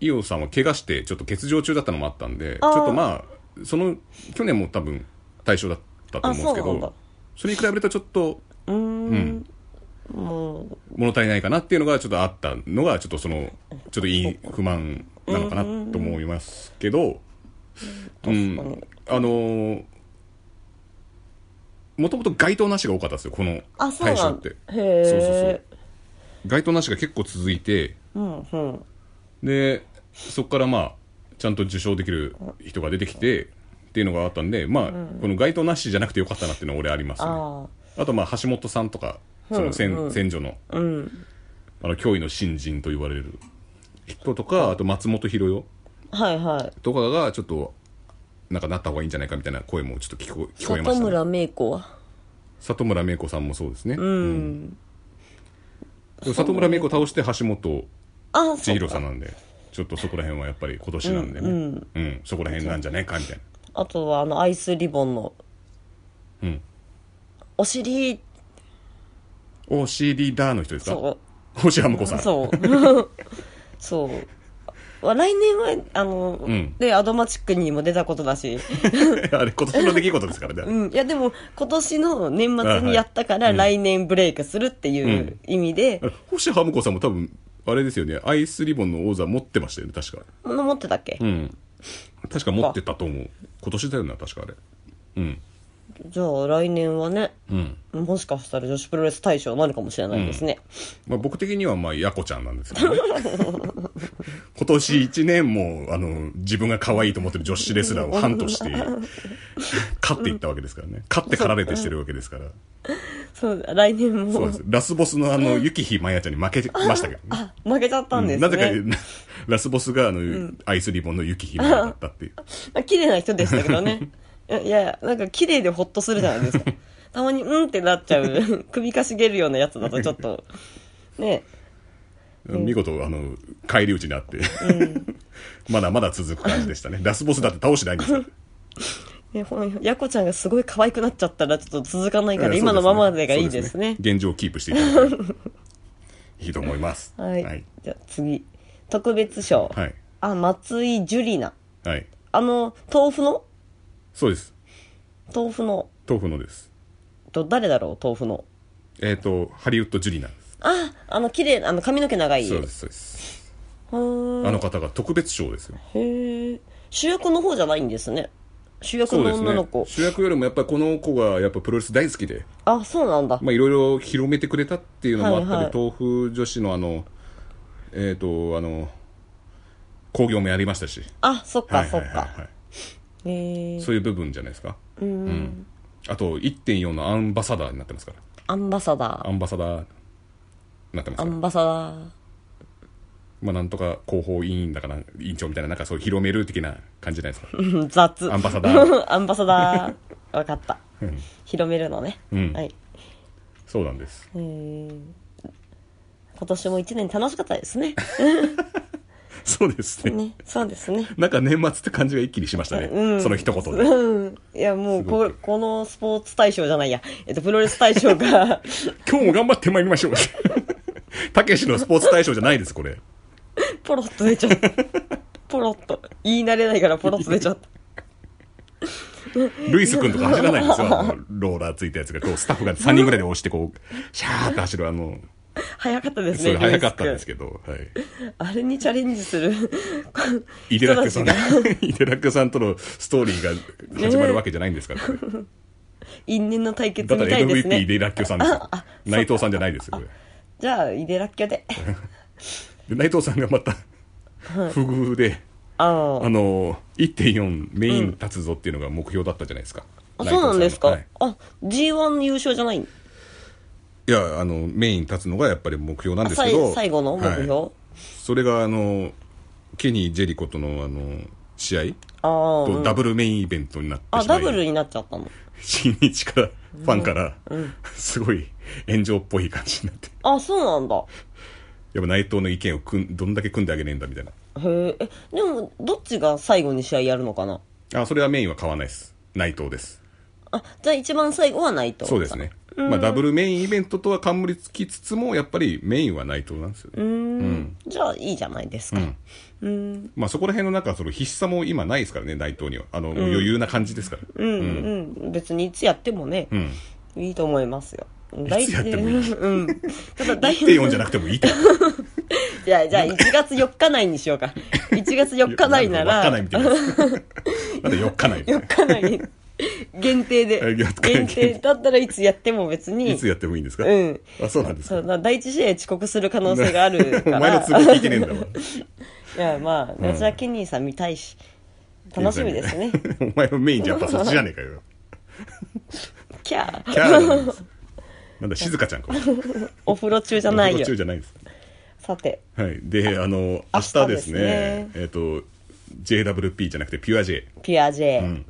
Speaker 1: 伊代さんは怪我してちょっと欠場中だったのもあったんでち
Speaker 2: あー
Speaker 1: ょっとまあその去年も多分対象だったと思うんですけ
Speaker 2: あそうなんだ
Speaker 1: どそれに比べるとちょっと
Speaker 2: うーん。
Speaker 1: ん
Speaker 2: もう、
Speaker 1: 物足りないかなっていうのがちょっとあったのがちょっとそ
Speaker 2: [laughs]
Speaker 1: のちょっといい不満なのかなと思いますけど、うん
Speaker 2: 確かに
Speaker 1: あのー、もともと街灯なしが多かったんですよ、この
Speaker 2: あそう
Speaker 1: 大
Speaker 2: な
Speaker 1: 賞
Speaker 2: ん
Speaker 1: って。
Speaker 2: へー
Speaker 1: そうそうそう。街灯なしが結構続いて、
Speaker 2: うんうん
Speaker 1: で、そこからまあ、ちゃんと受賞できる人が出てきて、っていうのがあったんで、まあ、この街灯なしじゃなくてよかったなっていうのは俺ありますね。
Speaker 2: あ
Speaker 1: あとまあ橋本さんとかその
Speaker 2: うんう
Speaker 1: 先
Speaker 2: ん
Speaker 1: 先女の
Speaker 2: あうん
Speaker 1: あの脅威の新人と言われる人とかあと松本博代
Speaker 2: はいはい
Speaker 1: とかがちょっとなんかなった方がいいんじゃないかみたいな声もちょっと聞こ聞こえまし
Speaker 2: 里
Speaker 1: た、ね、
Speaker 2: 村芽子は
Speaker 1: 里村芽子さんもそうですね、
Speaker 2: う
Speaker 1: うん
Speaker 2: ん
Speaker 1: でも里村芽子倒して橋本
Speaker 2: あそ
Speaker 1: 千
Speaker 2: う
Speaker 1: 尋
Speaker 2: か
Speaker 1: さんなんでちょっとそこら辺はやっぱり今年なんでね、
Speaker 2: う
Speaker 1: うんんそこら辺なんじゃねえかみたいな
Speaker 2: あとはあのアイスリボンの
Speaker 1: うん
Speaker 2: お尻
Speaker 1: おしりだーの人ですか
Speaker 2: そう
Speaker 1: 星浜子さん
Speaker 2: そう [laughs] そう来年はあの、
Speaker 1: ん
Speaker 2: でアドマチックにも出たこと
Speaker 1: [laughs]
Speaker 2: だし
Speaker 1: [laughs] あれ今年の出来事ですからね、
Speaker 2: うんいやでも今年の年末にやったか
Speaker 1: は
Speaker 2: ら
Speaker 1: い
Speaker 2: 来年ブレイクするっていう意味で、
Speaker 1: 星ハム子さんも多分あれですよねアイスリボンの王座持ってましたよね確か
Speaker 2: 物持ってたっけ、
Speaker 1: うん確か持ってたと思う今年だよな確かあれうん
Speaker 2: じゃあ来年はね
Speaker 1: うん
Speaker 2: もしかしたら女子プロレス大賞になるかもしれないですね、
Speaker 1: まあ、僕的にはまあやこちゃんなんです
Speaker 2: [laughs]
Speaker 1: けどね今年一年もあの自分が可愛いと思ってる女子レスラーをハンとして勝っていったわけですからね勝ってかられてしてるわけですから
Speaker 2: そう来年
Speaker 1: そう
Speaker 2: も
Speaker 1: ですラスボスのあのゆきひまやちゃんに負けてましたけどね
Speaker 2: あ負けちゃったんですね、
Speaker 1: なぜかラスボスがあの、アイスリボンのゆきひまやだったっていう
Speaker 2: まあ綺麗な人でしたけ
Speaker 1: [laughs]
Speaker 2: どね。いやいや、なんか綺麗でほっとするじゃないですか。たまに、うんってなっちゃう、首かしげるようなやつだとちょっと、ね、
Speaker 1: 見事、あの、返り討ちになって、 [laughs] まだまだ続く感じでしたね。ラスボスだって倒してないんですよ。
Speaker 2: ねほんやこちゃんがすごい可愛くなっちゃったらちょっと続かないから、
Speaker 1: ええ
Speaker 2: 今のままでが
Speaker 1: そう
Speaker 2: いいです
Speaker 1: そう
Speaker 2: ね。
Speaker 1: 現状をキープしていただければいいと思います。
Speaker 2: [laughs] はい。
Speaker 1: はい。
Speaker 2: じゃあ次。特別賞。
Speaker 1: はい。
Speaker 2: あ、松井樹里奈。
Speaker 1: はい
Speaker 2: あの、豆腐の
Speaker 1: そうです。
Speaker 2: 豆腐の、
Speaker 1: 豆腐のです。
Speaker 2: と誰だろう豆腐の。
Speaker 1: えっ、と、ハリウッド・ジュリナです。
Speaker 2: あ、あの綺麗な、あの髪の毛長い。
Speaker 1: そうです、そうです。
Speaker 2: はー
Speaker 1: あの方が特別賞ですよ。
Speaker 2: へえ。主役の方じゃないんですね。主役
Speaker 1: そうで
Speaker 2: の
Speaker 1: す
Speaker 2: 女の
Speaker 1: ね
Speaker 2: 子。。
Speaker 1: 主役よりもやっぱりこの子がやっぱプロレス大好きで、
Speaker 2: あ、そうなんだ。
Speaker 1: まあいろいろ広めてくれたっていうのもあったり、
Speaker 2: はいはい
Speaker 1: 豆腐女子のあの、えっ、と、あの、興行もやりましたし。
Speaker 2: あ、そっか、
Speaker 1: はいはいはい
Speaker 2: そっ
Speaker 1: は
Speaker 2: か。
Speaker 1: い。
Speaker 2: へえ
Speaker 1: そういう部分じゃないですか。
Speaker 2: ん
Speaker 1: うんあと、1.4のアンバサダーになってますから。
Speaker 2: アンバサダ
Speaker 1: アンバサダーになってます
Speaker 2: ー。
Speaker 1: か
Speaker 2: ア
Speaker 1: ら。
Speaker 2: ンバサダー。
Speaker 1: まあ、なんとか広報委員だから、委員長みたいな、なんかそういう広める的な感じじゃないですか。
Speaker 2: うん [laughs] 雑。
Speaker 1: アンバサダー。
Speaker 2: [laughs] アンバサダー。わかった。広めるのね。
Speaker 1: うん
Speaker 2: はい。
Speaker 1: そうなんです。
Speaker 2: へー今年も一年楽しかったですね。
Speaker 1: そうですね。
Speaker 2: ね、そうですね。
Speaker 1: なんか年末って感じが一気にしましたね。
Speaker 2: うん
Speaker 1: その一言で。
Speaker 2: うん。いや、もう
Speaker 1: すご
Speaker 2: こ、このスポーツ大賞じゃないや。えっと、プロレス大賞
Speaker 1: [laughs]
Speaker 2: が、
Speaker 1: 今日も頑張ってまいりましょう。 [laughs] たけしのスポーツ大賞じゃないです、これ。
Speaker 2: ポロッと出ちゃった。ポロッと。言い慣れないからポロッと出ちゃった。
Speaker 1: ルイス君とか走らない [laughs] んですよ。あのローラーついたやつが、こう、スタッフが3人ぐらいで押して、こ [laughs] う、シャーって走る、あの、
Speaker 2: 早かったです
Speaker 1: そ
Speaker 2: ね。
Speaker 1: れ早かったんです
Speaker 2: け
Speaker 1: けど、はい。
Speaker 2: ど。あれにチャレンジする。 [laughs]
Speaker 1: イデラックさん
Speaker 2: 人たちが、
Speaker 1: [laughs] イデラックさんとのストーリーが始まるわけじゃないんですから、これ
Speaker 2: 因縁の対決
Speaker 1: だった
Speaker 2: みた
Speaker 1: ら
Speaker 2: いです
Speaker 1: MVP イ
Speaker 2: ね。
Speaker 1: デラッキョさんですよ。内藤さんじゃないですよ、これ。
Speaker 2: じゃあ、イデラッキョ
Speaker 1: [laughs]
Speaker 2: で。
Speaker 1: で内藤さんがまた、不遇で、
Speaker 2: あ
Speaker 1: あ
Speaker 2: の、
Speaker 1: の、1.4メイン立つぞっていうのが目標だったじゃないですか。
Speaker 2: あ
Speaker 1: 内藤
Speaker 2: そう
Speaker 1: さ
Speaker 2: なんですか、
Speaker 1: はい
Speaker 2: あ、G1 優勝じゃない
Speaker 1: いや、あの、メイン立つのがやっぱり目標なんですけ
Speaker 2: 最
Speaker 1: ど、
Speaker 2: 最後の目標、
Speaker 1: はいそれが、あの、ケニー・ジェリコとの、あの、試合
Speaker 2: ああ、う
Speaker 1: と
Speaker 2: ん
Speaker 1: ダブルメインイベントになってしま
Speaker 2: あ、
Speaker 1: い
Speaker 2: ダブルになっちゃったの。
Speaker 1: 新日から、ファンから、 [laughs] すごい炎上っぽい感じになって。
Speaker 2: あ、そうなんだ。
Speaker 1: やっぱ内藤の意見をくんどんだけ組んであげねえんだみたいな。
Speaker 2: へえ。えでも、どっちが最後に試合やるのかな
Speaker 1: あ、それはメインは買わないです。内藤です。
Speaker 2: あ、じゃあ一番最後はないと。
Speaker 1: そうですね。。まあダブルメインイベントとは冠つきつつも、やっぱりメインは内藤なんですよね。
Speaker 2: うーん,、じゃあいいじゃないですか。うーん。
Speaker 1: まあそこら辺のなんかその必死さも今ないですからね、内藤には。あの、もう余裕な感じですから。
Speaker 2: うん、うん、別にいつやってもね、
Speaker 1: うん。
Speaker 2: いいと思いますよ。
Speaker 1: いつやってもいい
Speaker 2: うん。ただ大
Speaker 1: 1.4じゃなくてもいいから。
Speaker 2: じゃあ、じゃあ、1月4日内にし
Speaker 1: [laughs]
Speaker 2: ようか。1月4日内なら、
Speaker 1: 4日内み
Speaker 2: [laughs]
Speaker 1: たいな。なんで4日内みたい
Speaker 2: 4日内に、限定で、
Speaker 1: え四日内
Speaker 2: 限定だったらいつやっても別
Speaker 1: な。
Speaker 2: に
Speaker 1: いつ、やってもいいんですか
Speaker 2: うん。
Speaker 1: あ、そうなんです
Speaker 2: そ
Speaker 1: か
Speaker 2: うな第一試合遅刻する可能性があるか
Speaker 1: [laughs]
Speaker 2: ら。
Speaker 1: お前の都合聞いてねえんだわ。
Speaker 2: [laughs] いや、まあ、夏はケニーさん見たいし、楽しみで
Speaker 1: [laughs]
Speaker 2: すね。。
Speaker 1: お前のメインじゃやっぱそっちじゃねえか
Speaker 2: [laughs]
Speaker 1: よ。
Speaker 2: キャー
Speaker 1: キャーなんですなんだ、静香ち
Speaker 2: [laughs]
Speaker 1: ゃんか。
Speaker 2: お風呂中じゃない
Speaker 1: 途
Speaker 2: よ
Speaker 1: 中。じゃないです。
Speaker 2: さて、
Speaker 1: はい。で、あの、明日ですね、えっ、と、JWP じゃなくて、ピュア J。
Speaker 2: ピュア
Speaker 1: う
Speaker 2: J。
Speaker 1: ん。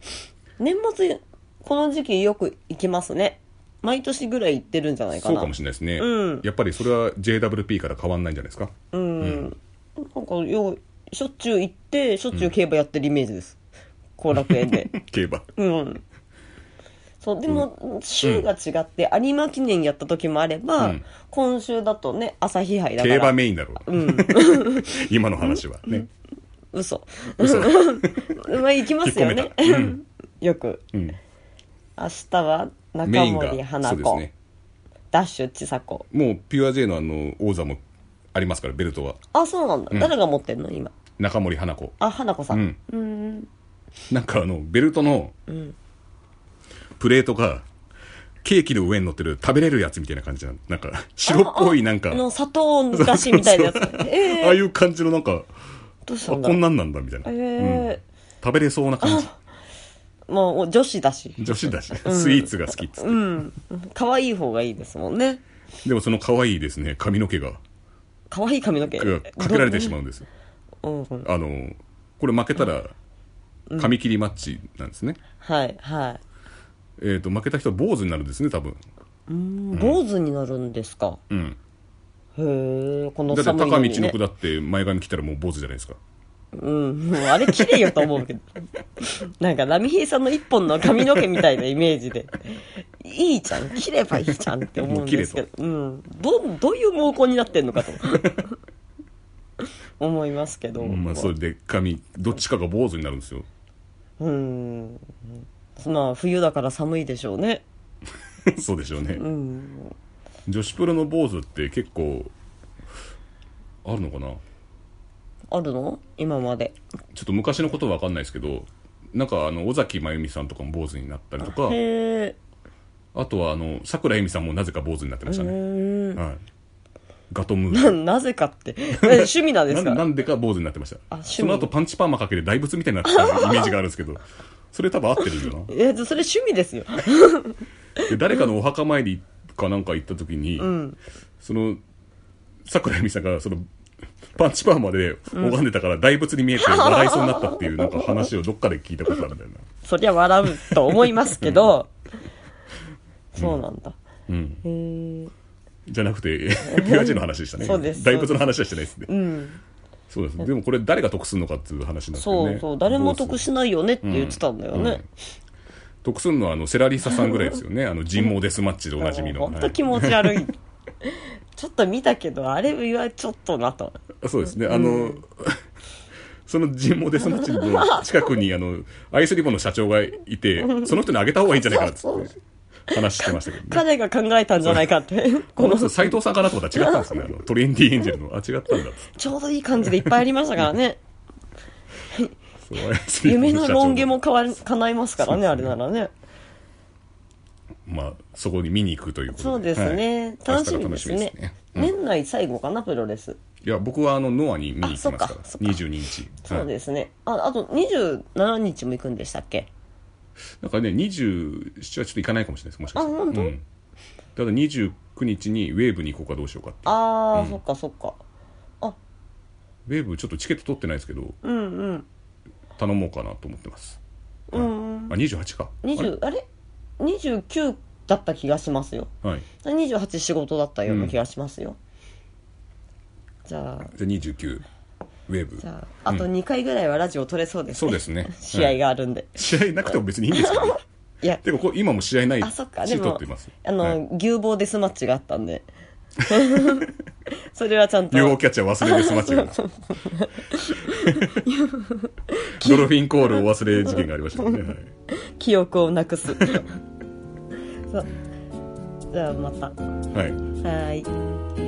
Speaker 2: 年末、この時期よく行きますね。毎年ぐらい行ってるんじゃないか
Speaker 1: そう
Speaker 2: な。
Speaker 1: かもしれないですね。
Speaker 2: うん
Speaker 1: やっぱりそれは JWP から変わんないんじゃないです
Speaker 2: [laughs]
Speaker 1: か。
Speaker 2: なんかようしょっちゅう行ってしょっちゅう競馬やってるイメージです後楽園
Speaker 1: [laughs]
Speaker 2: で
Speaker 1: 競馬。
Speaker 2: うんそうでも週が違って有馬記念やった時もあれば、
Speaker 1: うん
Speaker 2: 今週だとね朝日杯だか
Speaker 1: 競
Speaker 2: ら
Speaker 1: 馬メインだろう。 [laughs] 今の話は。ね。
Speaker 2: 嘘
Speaker 1: 嘘。
Speaker 2: [laughs] まあ行きますよ
Speaker 1: 引っ
Speaker 2: ね
Speaker 1: 込、めた
Speaker 2: [laughs] よく
Speaker 1: うん。
Speaker 2: 明日は
Speaker 1: メ
Speaker 2: 中
Speaker 1: イン
Speaker 2: 森
Speaker 1: が、そ
Speaker 2: 花
Speaker 1: うです
Speaker 2: 子、
Speaker 1: ね。
Speaker 2: ダッシュ千佐子
Speaker 1: もうピュア J のあの、王座もありますから、ベルトは。
Speaker 2: あそうなんだ、誰が持ってんの今
Speaker 1: 中森花子。
Speaker 2: あ花子さ
Speaker 1: うんん。なんかあの、ベルトの、プレートが、ケーキの上に乗ってる食べれるやつみたいな感じなのなんか、白っぽいなんか
Speaker 2: あ、の砂糖菓子みたいなやつ
Speaker 1: [laughs]
Speaker 2: え
Speaker 1: ああ
Speaker 2: え
Speaker 1: いう感じのなんか、
Speaker 2: どうし
Speaker 1: あ、
Speaker 2: たん
Speaker 1: こ
Speaker 2: だろうん
Speaker 1: なんなんだみたいな。
Speaker 2: ええ
Speaker 1: 食べれそうな感じ。
Speaker 2: もうお女子だし
Speaker 1: 女子だし、スイーツが好きっつって。
Speaker 2: うん。可愛い方がいいですもんね。
Speaker 1: でもその可愛いですね、髪の毛が、
Speaker 2: 可愛い髪の毛。
Speaker 1: がかけられてしまうんですよ。
Speaker 2: うんうん。
Speaker 1: あの、これ負けたら、髪切りマッチなんですね。
Speaker 2: はい、はい。
Speaker 1: えっと、負けた人は坊主になるんですね、多分。
Speaker 2: 坊主になるんですか。
Speaker 1: うん。
Speaker 2: へえ、
Speaker 1: だ
Speaker 2: こ
Speaker 1: っ
Speaker 2: の
Speaker 1: て
Speaker 2: 寒い
Speaker 1: 高
Speaker 2: の
Speaker 1: 道
Speaker 2: に、
Speaker 1: の
Speaker 2: ね
Speaker 1: 句。だって前髪切ったらもう坊主じゃないですか。
Speaker 2: うん。もうあれ綺麗よと思うけど。なんか、ラミヒーさんの一本の髪の毛みたいなイメージで。いいじゃん。切ればいいじゃんって思うんですけど。
Speaker 1: [laughs]
Speaker 2: うん。ど、どういう毛根になってんのかと。 [laughs] 思いますけど。
Speaker 1: まあ、それで髪、どっちかが坊主になるんですよ。 [laughs]
Speaker 2: うん。まあ、冬だから寒いでしょうね。
Speaker 1: そうでしょうね
Speaker 2: う。ん。
Speaker 1: 女子プロの坊主って結構、あるのかな
Speaker 2: あるの今まで。
Speaker 1: ちょっと昔のことは分かんないですけど、なんかあの、尾崎真由美さんとかも坊主になったりとか、
Speaker 2: へえ。
Speaker 1: あとはあの、桜井美さんもなぜか坊主になってました
Speaker 2: う
Speaker 1: ね。
Speaker 2: ーん
Speaker 1: はい。ガトムー
Speaker 2: な
Speaker 1: ア。
Speaker 2: [laughs] なぜかって。え趣味なんです
Speaker 1: な
Speaker 2: か
Speaker 1: なんでか坊主になってまし
Speaker 2: あ
Speaker 1: た。
Speaker 2: 趣味
Speaker 1: その後パンチパーマかけて大仏みたいになってたイメージがあるんですけど、それ多分合ってるんだな。
Speaker 2: え、それ趣味ですよ。 [laughs]
Speaker 1: で誰かのお墓参りかなんか行った時に、その桜井美さんがそのパンチパーマで拝んでたから大仏に見えて笑いそうになったっていうなんか話をどっかで聞いたことあるんだよな、
Speaker 2: そりゃ笑うと思いますけど。そうなんだ。
Speaker 1: うん、
Speaker 2: へえ。
Speaker 1: じゃなく
Speaker 2: [laughs]
Speaker 1: てピュア人の話でしたね
Speaker 2: そうです
Speaker 1: 大仏の話はしてないですね、
Speaker 2: うん。
Speaker 1: そうですでもこれ誰が得するのかっていう話なんですけど
Speaker 2: そ
Speaker 1: ね
Speaker 2: うそう。誰
Speaker 1: ど
Speaker 2: も得
Speaker 1: す
Speaker 2: しないよねって言ってたんだよ
Speaker 1: るう
Speaker 2: ね
Speaker 1: ん。得するのはあのセラリサさんぐらいですよねあの人毛デスマッチでおなじみの
Speaker 2: ほんと気
Speaker 1: は
Speaker 2: 持
Speaker 1: [laughs]
Speaker 2: ち悪い。ちょっと見たけど、あれはちょっとなと。
Speaker 1: いそうですねあの、 [laughs] その人毛デスマッチの近くにあのアイスリボンの社長がいてその人にあげた方がいいんじゃないかっつって話してましたけどね
Speaker 2: 彼が考えたんじゃない
Speaker 1: [laughs]
Speaker 2: かって。
Speaker 1: こ
Speaker 2: こ
Speaker 1: の
Speaker 2: の、
Speaker 1: 人斎藤さんかなと思ったら違ったんですねあのトレンディエンジェルのあ違ったんだっつって
Speaker 2: ちょうどいい感じでいっぱいありましたからね。
Speaker 1: そうアイスリボ
Speaker 2: 夢
Speaker 1: ン
Speaker 2: の
Speaker 1: 社長
Speaker 2: ロン毛も変わる叶いますからね、
Speaker 1: そ
Speaker 2: あ
Speaker 1: う
Speaker 2: れ
Speaker 1: ですね
Speaker 2: ならね。
Speaker 1: まあそこに見に行くということで
Speaker 2: そうですね、
Speaker 1: はい
Speaker 2: 楽しみです
Speaker 1: 明日が楽し
Speaker 2: ね
Speaker 1: みですね
Speaker 2: 年内最後かなプロレス、
Speaker 1: いや僕はあのノアに見に行きますから
Speaker 2: あそっかそっか
Speaker 1: 22日
Speaker 2: そう
Speaker 1: はい
Speaker 2: ですねああと27日も行くんでしたっけ
Speaker 1: なんかね27はちょっと行かないかもしれないですもしかしたら
Speaker 2: あ本当
Speaker 1: うん、ただ29日にウェーブに行こうかどうしようかって
Speaker 2: ああ、そっかそっか
Speaker 1: ウェーブちょっとチケット取ってないですけど
Speaker 2: うんうん
Speaker 1: 頼もうかなと思ってます、
Speaker 2: う
Speaker 1: はい
Speaker 2: んうん
Speaker 1: あ28か
Speaker 2: 20あれ29だった気がしますよ
Speaker 1: あれはい
Speaker 2: 28仕事だったような気がしますよ、じゃあ
Speaker 1: じゃあ29ウェーブ
Speaker 2: じゃああと2回ぐらいはラジオ取れそうです
Speaker 1: そ
Speaker 2: ね、
Speaker 1: うです
Speaker 2: [laughs]
Speaker 1: ね
Speaker 2: 試合
Speaker 1: はい
Speaker 2: があるんで、
Speaker 1: 試合なくても別にいいんです [laughs] けどね
Speaker 2: い、や
Speaker 1: てかこう今も試合ない
Speaker 2: あそっか
Speaker 1: し
Speaker 2: で
Speaker 1: 取っ
Speaker 2: も
Speaker 1: てます
Speaker 2: あ
Speaker 1: は
Speaker 2: の、
Speaker 1: い
Speaker 2: 牛棒デスマッチがあったんで [laughs] それはちゃんと
Speaker 1: ユーゴキャッチャー忘れですマッチが [laughs] ドルフィンコールお忘れ事件がありましたもんね、はい
Speaker 2: 記憶をなくす [laughs] そうじゃあまたは
Speaker 1: はい
Speaker 2: ーい
Speaker 1: え